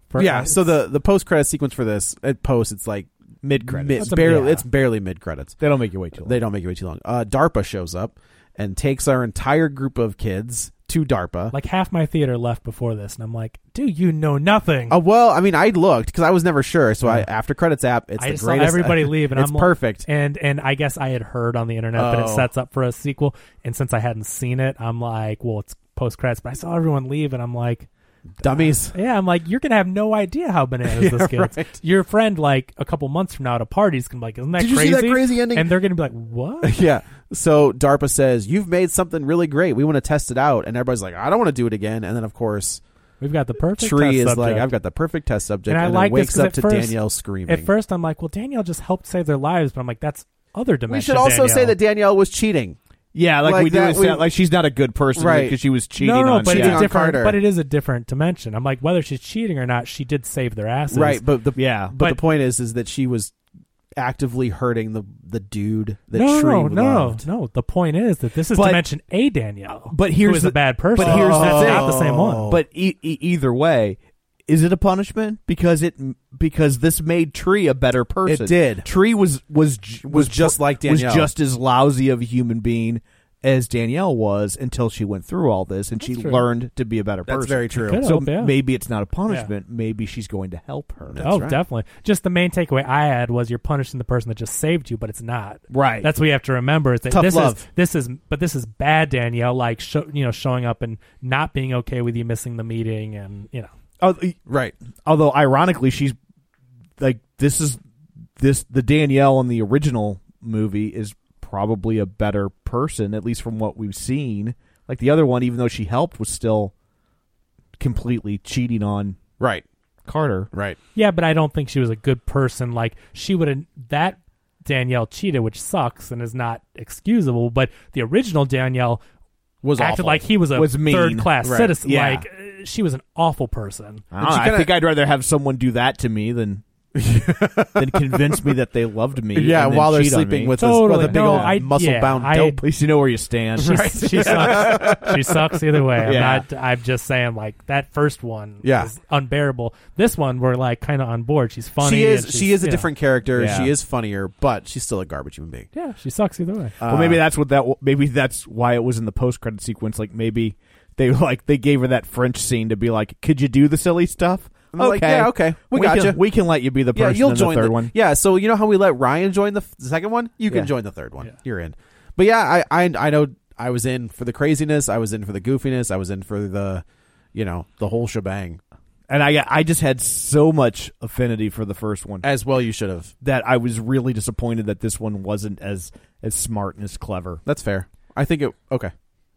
[SPEAKER 6] For
[SPEAKER 7] yeah. So the the post credit sequence for this at post, it's like
[SPEAKER 5] Mid credits.
[SPEAKER 7] mid,
[SPEAKER 6] a-
[SPEAKER 7] barely,
[SPEAKER 6] yeah.
[SPEAKER 7] it's barely mid credits.
[SPEAKER 5] They don't make you wait too long.
[SPEAKER 7] They don't make it wait too long. Uh, DARPA shows up and takes our entire group of kids to DARPA.
[SPEAKER 6] like half my theater left before this, and I'm like, dude, you know nothing.
[SPEAKER 7] Uh, well, I mean, I looked because I was never sure. So I after credits app, it's
[SPEAKER 6] I
[SPEAKER 7] the
[SPEAKER 6] just
[SPEAKER 7] greatest.
[SPEAKER 6] saw everybody leave, and
[SPEAKER 7] it's
[SPEAKER 6] I'm like-
[SPEAKER 7] perfect.
[SPEAKER 6] and and I guess I had heard on the internet that it
[SPEAKER 7] Oh.
[SPEAKER 6] sets up for a sequel, and since I hadn't seen it, I'm like, well, it's post credits. But I saw everyone leave, and I'm like,
[SPEAKER 7] Dummies.
[SPEAKER 6] Yeah, I'm like, you're gonna have no idea how bananas this gets.
[SPEAKER 7] right.
[SPEAKER 6] Your friend, like a couple months from now at a party, is gonna be like, "Isn't that
[SPEAKER 7] Did you see
[SPEAKER 6] crazy?"
[SPEAKER 7] that crazy ending?
[SPEAKER 6] And they're gonna be like, "What?"
[SPEAKER 7] Yeah. So DARPA says you've made something really great. We want to test it out, and everybody's like, I don't want to do it again. And then of course.
[SPEAKER 6] We've got the perfect
[SPEAKER 7] tree
[SPEAKER 6] test
[SPEAKER 7] is
[SPEAKER 6] subject.
[SPEAKER 7] like I've got the perfect test subject,
[SPEAKER 6] And
[SPEAKER 7] and,
[SPEAKER 6] I
[SPEAKER 7] it
[SPEAKER 6] like this
[SPEAKER 7] wakes
[SPEAKER 6] 'cause
[SPEAKER 7] up
[SPEAKER 6] at
[SPEAKER 7] to
[SPEAKER 6] first-
[SPEAKER 7] Danielle screaming.
[SPEAKER 6] At first, I'm like, "Well, Danielle just helped save their lives," but I'm like, "That's other dimension."
[SPEAKER 7] we should also say that Danielle was cheating.
[SPEAKER 5] Yeah, like,
[SPEAKER 7] Like
[SPEAKER 5] we do.
[SPEAKER 7] that,
[SPEAKER 5] is
[SPEAKER 7] we-
[SPEAKER 5] that- like she's not a good person
[SPEAKER 7] Right.
[SPEAKER 5] because she was cheating
[SPEAKER 6] no, no,
[SPEAKER 5] on
[SPEAKER 6] but
[SPEAKER 5] yeah.
[SPEAKER 7] cheating
[SPEAKER 6] it's
[SPEAKER 7] on
[SPEAKER 6] different.
[SPEAKER 7] Carter.
[SPEAKER 6] But it is a different dimension. I'm like, whether she's cheating or not, she did save their asses.
[SPEAKER 7] right, but the
[SPEAKER 5] Yeah.
[SPEAKER 7] but,
[SPEAKER 6] But-
[SPEAKER 7] the point is, is that she was actively hurting the the dude that
[SPEAKER 6] no,
[SPEAKER 7] Tree
[SPEAKER 6] no, no,
[SPEAKER 7] loved.
[SPEAKER 6] no. The point is that this is
[SPEAKER 5] But-
[SPEAKER 6] dimension A, Danielle.
[SPEAKER 5] But
[SPEAKER 6] who
[SPEAKER 5] here's
[SPEAKER 6] is
[SPEAKER 5] the-
[SPEAKER 6] a bad person.
[SPEAKER 5] but here's the
[SPEAKER 6] That's not
[SPEAKER 5] thing.
[SPEAKER 6] the same one.
[SPEAKER 7] Oh.
[SPEAKER 5] But e- e- either way, is it a punishment? Because it because this made Tree a better person.
[SPEAKER 7] It did.
[SPEAKER 5] Tree was was j-
[SPEAKER 7] Was just like Danielle.
[SPEAKER 5] Was just as lousy of a human being as Danielle was until she went through all this and she
[SPEAKER 6] That's true.
[SPEAKER 5] learned to be a better
[SPEAKER 7] That's
[SPEAKER 5] person.
[SPEAKER 7] very true.
[SPEAKER 6] Could
[SPEAKER 5] So
[SPEAKER 6] hope, yeah.
[SPEAKER 5] maybe it's not a punishment. Maybe she's going to help her.
[SPEAKER 6] oh,
[SPEAKER 7] right.
[SPEAKER 6] definitely. Just the main takeaway I had was you're punishing the person that just saved you, but it's not.
[SPEAKER 5] Right.
[SPEAKER 6] That's what you have to remember. Is that
[SPEAKER 7] Tough
[SPEAKER 6] this
[SPEAKER 7] love.
[SPEAKER 6] is this is but this is bad, Danielle. Like sho- you know, showing up and not being okay with you missing the meeting, and you know,
[SPEAKER 5] Oh, e-
[SPEAKER 7] Right,
[SPEAKER 5] although ironically she's like this is this the Danielle in the original movie is probably a better person at least from what we've seen like the other one even though she helped was still completely cheating on
[SPEAKER 7] right,
[SPEAKER 5] Carter
[SPEAKER 7] right.
[SPEAKER 6] yeah. But I don't think she was a good person. Like she would have that Danielle cheated, which sucks and is not excusable. But the original Danielle
[SPEAKER 7] was
[SPEAKER 6] acted
[SPEAKER 7] awful.
[SPEAKER 6] like he was a
[SPEAKER 5] Was mean.
[SPEAKER 6] third class
[SPEAKER 5] Right.
[SPEAKER 6] citizen.
[SPEAKER 5] Yeah.
[SPEAKER 6] Like uh, she was an awful person.
[SPEAKER 5] I, don't know,
[SPEAKER 7] you
[SPEAKER 5] I
[SPEAKER 7] kinda-
[SPEAKER 5] think I'd rather have someone do that to me than than convince me that they loved me.
[SPEAKER 7] yeah,
[SPEAKER 5] and then
[SPEAKER 7] while they're
[SPEAKER 5] cheat on
[SPEAKER 7] sleeping
[SPEAKER 5] me.
[SPEAKER 7] with,
[SPEAKER 6] Totally.
[SPEAKER 7] this, with a big
[SPEAKER 6] No,
[SPEAKER 7] old
[SPEAKER 6] I-
[SPEAKER 7] muscle bound
[SPEAKER 6] yeah, I-
[SPEAKER 7] dope.
[SPEAKER 5] At least you know where you stand.
[SPEAKER 6] She, she sucks. she sucks either way. I'm
[SPEAKER 5] Yeah.
[SPEAKER 6] not. I'm just saying, like that first one,
[SPEAKER 7] Yeah.
[SPEAKER 6] is unbearable. This one, we're like kind of on board. She's funny.
[SPEAKER 7] she
[SPEAKER 6] and
[SPEAKER 7] is
[SPEAKER 6] she's-
[SPEAKER 7] she is a
[SPEAKER 6] yeah.
[SPEAKER 7] different character.
[SPEAKER 5] Yeah.
[SPEAKER 7] She is funnier, but she's still a garbage human being. Uh,
[SPEAKER 6] Yeah, she sucks either way. Uh,
[SPEAKER 5] well, maybe that's what that. Maybe that's why it was in the post credit sequence. Like maybe they like they gave her that French scene to be like, "Could you do the silly stuff?"
[SPEAKER 7] I'm like, yeah, okay. We
[SPEAKER 5] can-
[SPEAKER 7] gotcha.
[SPEAKER 5] We can let you be the
[SPEAKER 7] Yeah,
[SPEAKER 5] person
[SPEAKER 7] you'll
[SPEAKER 5] in the
[SPEAKER 7] join
[SPEAKER 5] third one.
[SPEAKER 7] Yeah, so you know how we let Ryan join the, f- the second one? You can
[SPEAKER 5] Yeah.
[SPEAKER 7] join the third one. You're in. But yeah, I, I I know I was in for the craziness. I was in for the goofiness. I was in for the, you know, the whole shebang.
[SPEAKER 5] And I I just had so much affinity for the first one
[SPEAKER 7] As well, you should have.
[SPEAKER 5] that I was really disappointed that this one wasn't as as smart and as clever.
[SPEAKER 7] That's fair. I think it. Okay.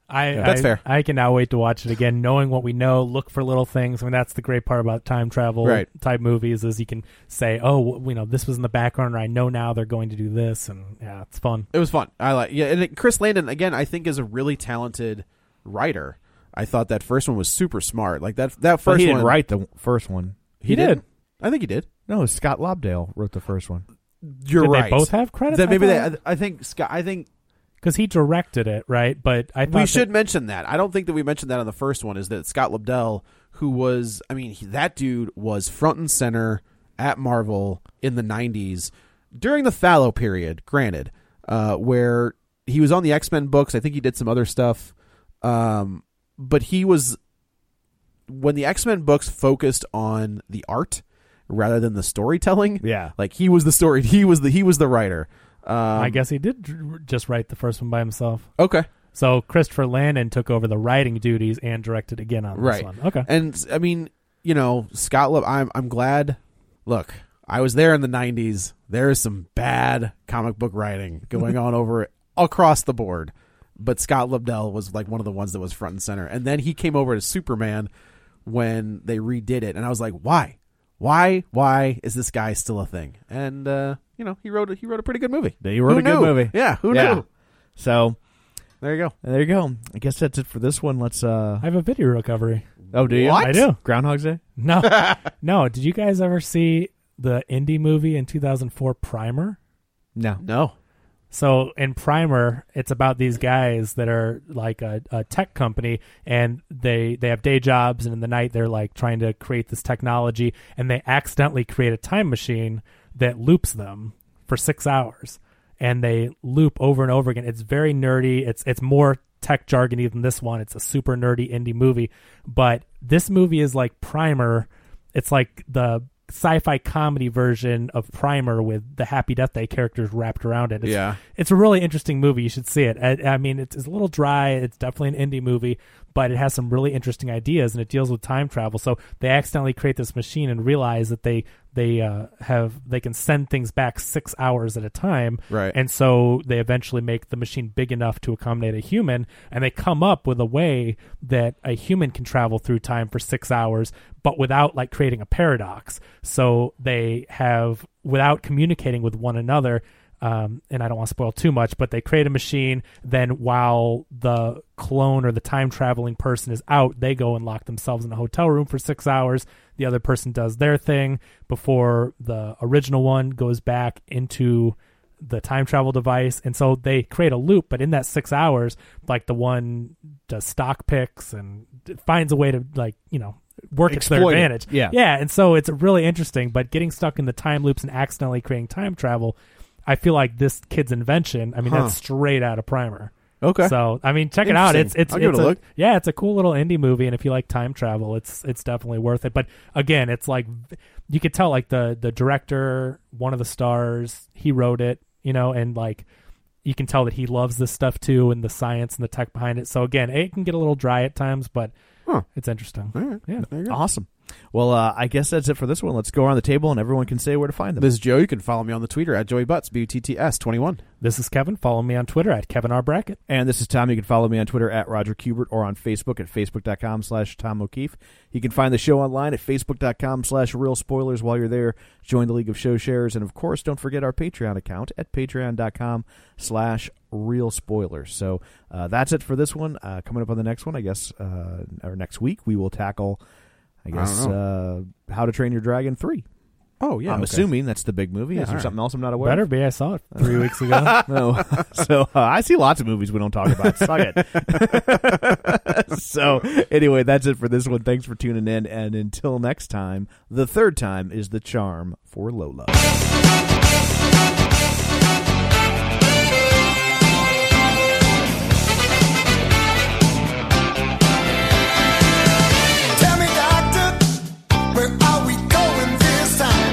[SPEAKER 6] I,
[SPEAKER 7] That's
[SPEAKER 6] I-
[SPEAKER 7] fair.
[SPEAKER 6] I can now wait to watch it again, knowing what we know. Look for little things. I mean, that's the great part about time travel
[SPEAKER 7] Right.
[SPEAKER 6] type movies is you can say, "Oh, w- you know, this was in the background, or I know now they're going to do this," and yeah, it's fun.
[SPEAKER 7] It was fun. I like. Yeah, and it, Chris Landon again. I think is a really talented writer. I thought that first one was super smart. Like that. That
[SPEAKER 5] But
[SPEAKER 7] first
[SPEAKER 5] he didn't
[SPEAKER 7] one.
[SPEAKER 5] write the first one.
[SPEAKER 7] He
[SPEAKER 6] did.
[SPEAKER 7] did. I think he did.
[SPEAKER 5] No, Scott Lobdale wrote the first one.
[SPEAKER 7] You're
[SPEAKER 6] Did
[SPEAKER 7] right.
[SPEAKER 6] they both have credit?
[SPEAKER 7] That maybe they, I I think Scott. I think
[SPEAKER 6] because he directed it, right? But I thought
[SPEAKER 7] we
[SPEAKER 6] that-
[SPEAKER 7] should mention that. I don't think that we mentioned that on the first one. Is that Scott Lobdell, who was, I mean, he, that dude was front and center at Marvel in the '90s during the fallow period. Granted, uh, where he was on the X Men books. I think he did some other stuff, um, but he was when the X Men books focused on the art rather than the storytelling.
[SPEAKER 5] Yeah.
[SPEAKER 7] like he was the story. He was the he was the writer. Um,
[SPEAKER 6] I guess he did dr- just write the first one by himself.
[SPEAKER 7] okay.
[SPEAKER 6] So Christopher Landon took over the writing duties and directed again on
[SPEAKER 7] right.
[SPEAKER 6] this one. Okay.
[SPEAKER 7] And I mean, you know, Scott. Lo- I'm I'm glad. Look, I was there in the '90s. There is some bad comic book writing going on over across the board, but Scott Lobdell was like one of the ones that was front and center. And then he came over to Superman when they redid it, and I was like, why? Why? Why is this guy still a thing? And uh, you know, he wrote a, he wrote a pretty good movie.
[SPEAKER 5] He wrote
[SPEAKER 7] Who
[SPEAKER 5] a good
[SPEAKER 7] knew?
[SPEAKER 5] movie.
[SPEAKER 7] Yeah, who
[SPEAKER 5] Yeah.
[SPEAKER 7] knew?
[SPEAKER 5] So
[SPEAKER 7] There you go.
[SPEAKER 5] there you go. I guess that's it for this one. Let's uh
[SPEAKER 6] I have a video recovery.
[SPEAKER 5] Oh, do you?
[SPEAKER 6] What? I do.
[SPEAKER 5] Groundhog's Day?
[SPEAKER 6] No, no. Did you guys ever see the indie movie in 2004, Primer?
[SPEAKER 5] No.
[SPEAKER 7] No.
[SPEAKER 6] So in Primer, it's about these guys that are like a, a tech company, and they they have day jobs, and in the night they're like trying to create this technology, and they accidentally create a time machine that loops them for six hours, and they loop over and over again. It's very nerdy. It's it's more tech jargony than this one. It's a super nerdy indie movie, but this movie is like Primer. It's like the sci-fi comedy version of Primer with the Happy Death Day characters wrapped around it. It's
[SPEAKER 7] Yeah.
[SPEAKER 6] it's a really interesting movie. You should see it. I, I mean, it's, it's a little dry. It's definitely an indie movie, but it has some really interesting ideas, and it deals with time travel. So they accidentally create this machine and realize that they they uh, have they can send things back six hours at a time.
[SPEAKER 7] Right.
[SPEAKER 6] And so they eventually make the machine big enough to accommodate a human, and they come up with a way that a human can travel through time for six hours, but without like creating a paradox. So they have without communicating with one another um, and I don't want to spoil too much, but they create a machine. Then, while the clone or the time traveling person is out, they go and lock themselves in a hotel room for six hours. The other person does their thing before the original one goes back into the time travel device. And so they create a loop, but in that six hours, like the one does stock picks and finds a way to, like, you know, work it to their
[SPEAKER 5] Exploit it.
[SPEAKER 6] advantage.
[SPEAKER 5] Yeah.
[SPEAKER 6] Yeah, and so it's really interesting, but getting stuck in the time loops and accidentally creating time travel, I feel like this kid's invention, I mean
[SPEAKER 7] Huh.
[SPEAKER 6] that's straight out of primer.
[SPEAKER 7] Okay.
[SPEAKER 6] So, I mean, check it out. It's
[SPEAKER 7] Interesting.
[SPEAKER 6] it's
[SPEAKER 7] I'll give
[SPEAKER 6] it's
[SPEAKER 7] it a look.
[SPEAKER 6] yeah, it's a cool little indie movie and if you like time travel, it's it's definitely worth it. But again, it's like you could tell like the the director, one of the stars, he wrote it, you know, and like you can tell that he loves this stuff too and the science and the tech behind it. So again, it can get a little dry at times, but
[SPEAKER 7] Huh.
[SPEAKER 6] it's interesting. Yeah.
[SPEAKER 5] Awesome. Well, uh, I guess that's it for this one. Let's go around the table and everyone can say where to find them.
[SPEAKER 7] This is Joe. You can follow me on the Twitter at Joey Butts, B U T T S 21.
[SPEAKER 6] This is Kevin. Follow me on Twitter at Kevin R. Brackett.
[SPEAKER 5] And this is Tom. You can follow me on Twitter at Roger Kubert or on Facebook at Facebook.com slash Tom O'Keefe. You can find the show online at Facebook.com slash Real Spoilers while you're there. Join the League of Show Sharers. And of course, don't forget our Patreon account at Patreon.com slash
[SPEAKER 7] real spoilers. So uh, that's it for this one. Uh, coming up on the next one, I guess, uh, or next week, we will tackle, I guess, uh, How to Train Your Dragon 3.
[SPEAKER 9] Oh yeah,
[SPEAKER 7] I'm
[SPEAKER 9] okay.
[SPEAKER 7] assuming that's the big movie. Is there
[SPEAKER 9] all right.
[SPEAKER 7] something else I'm not aware
[SPEAKER 6] Better
[SPEAKER 7] of?
[SPEAKER 6] be. I saw it three weeks ago.
[SPEAKER 7] No. so uh, I see lots of movies we don't talk about. Suck it. so anyway, that's it for this one. Thanks for tuning in. And until next time, the third time is the charm for Lola.
[SPEAKER 10] Tell me, doctor, where are we going this time?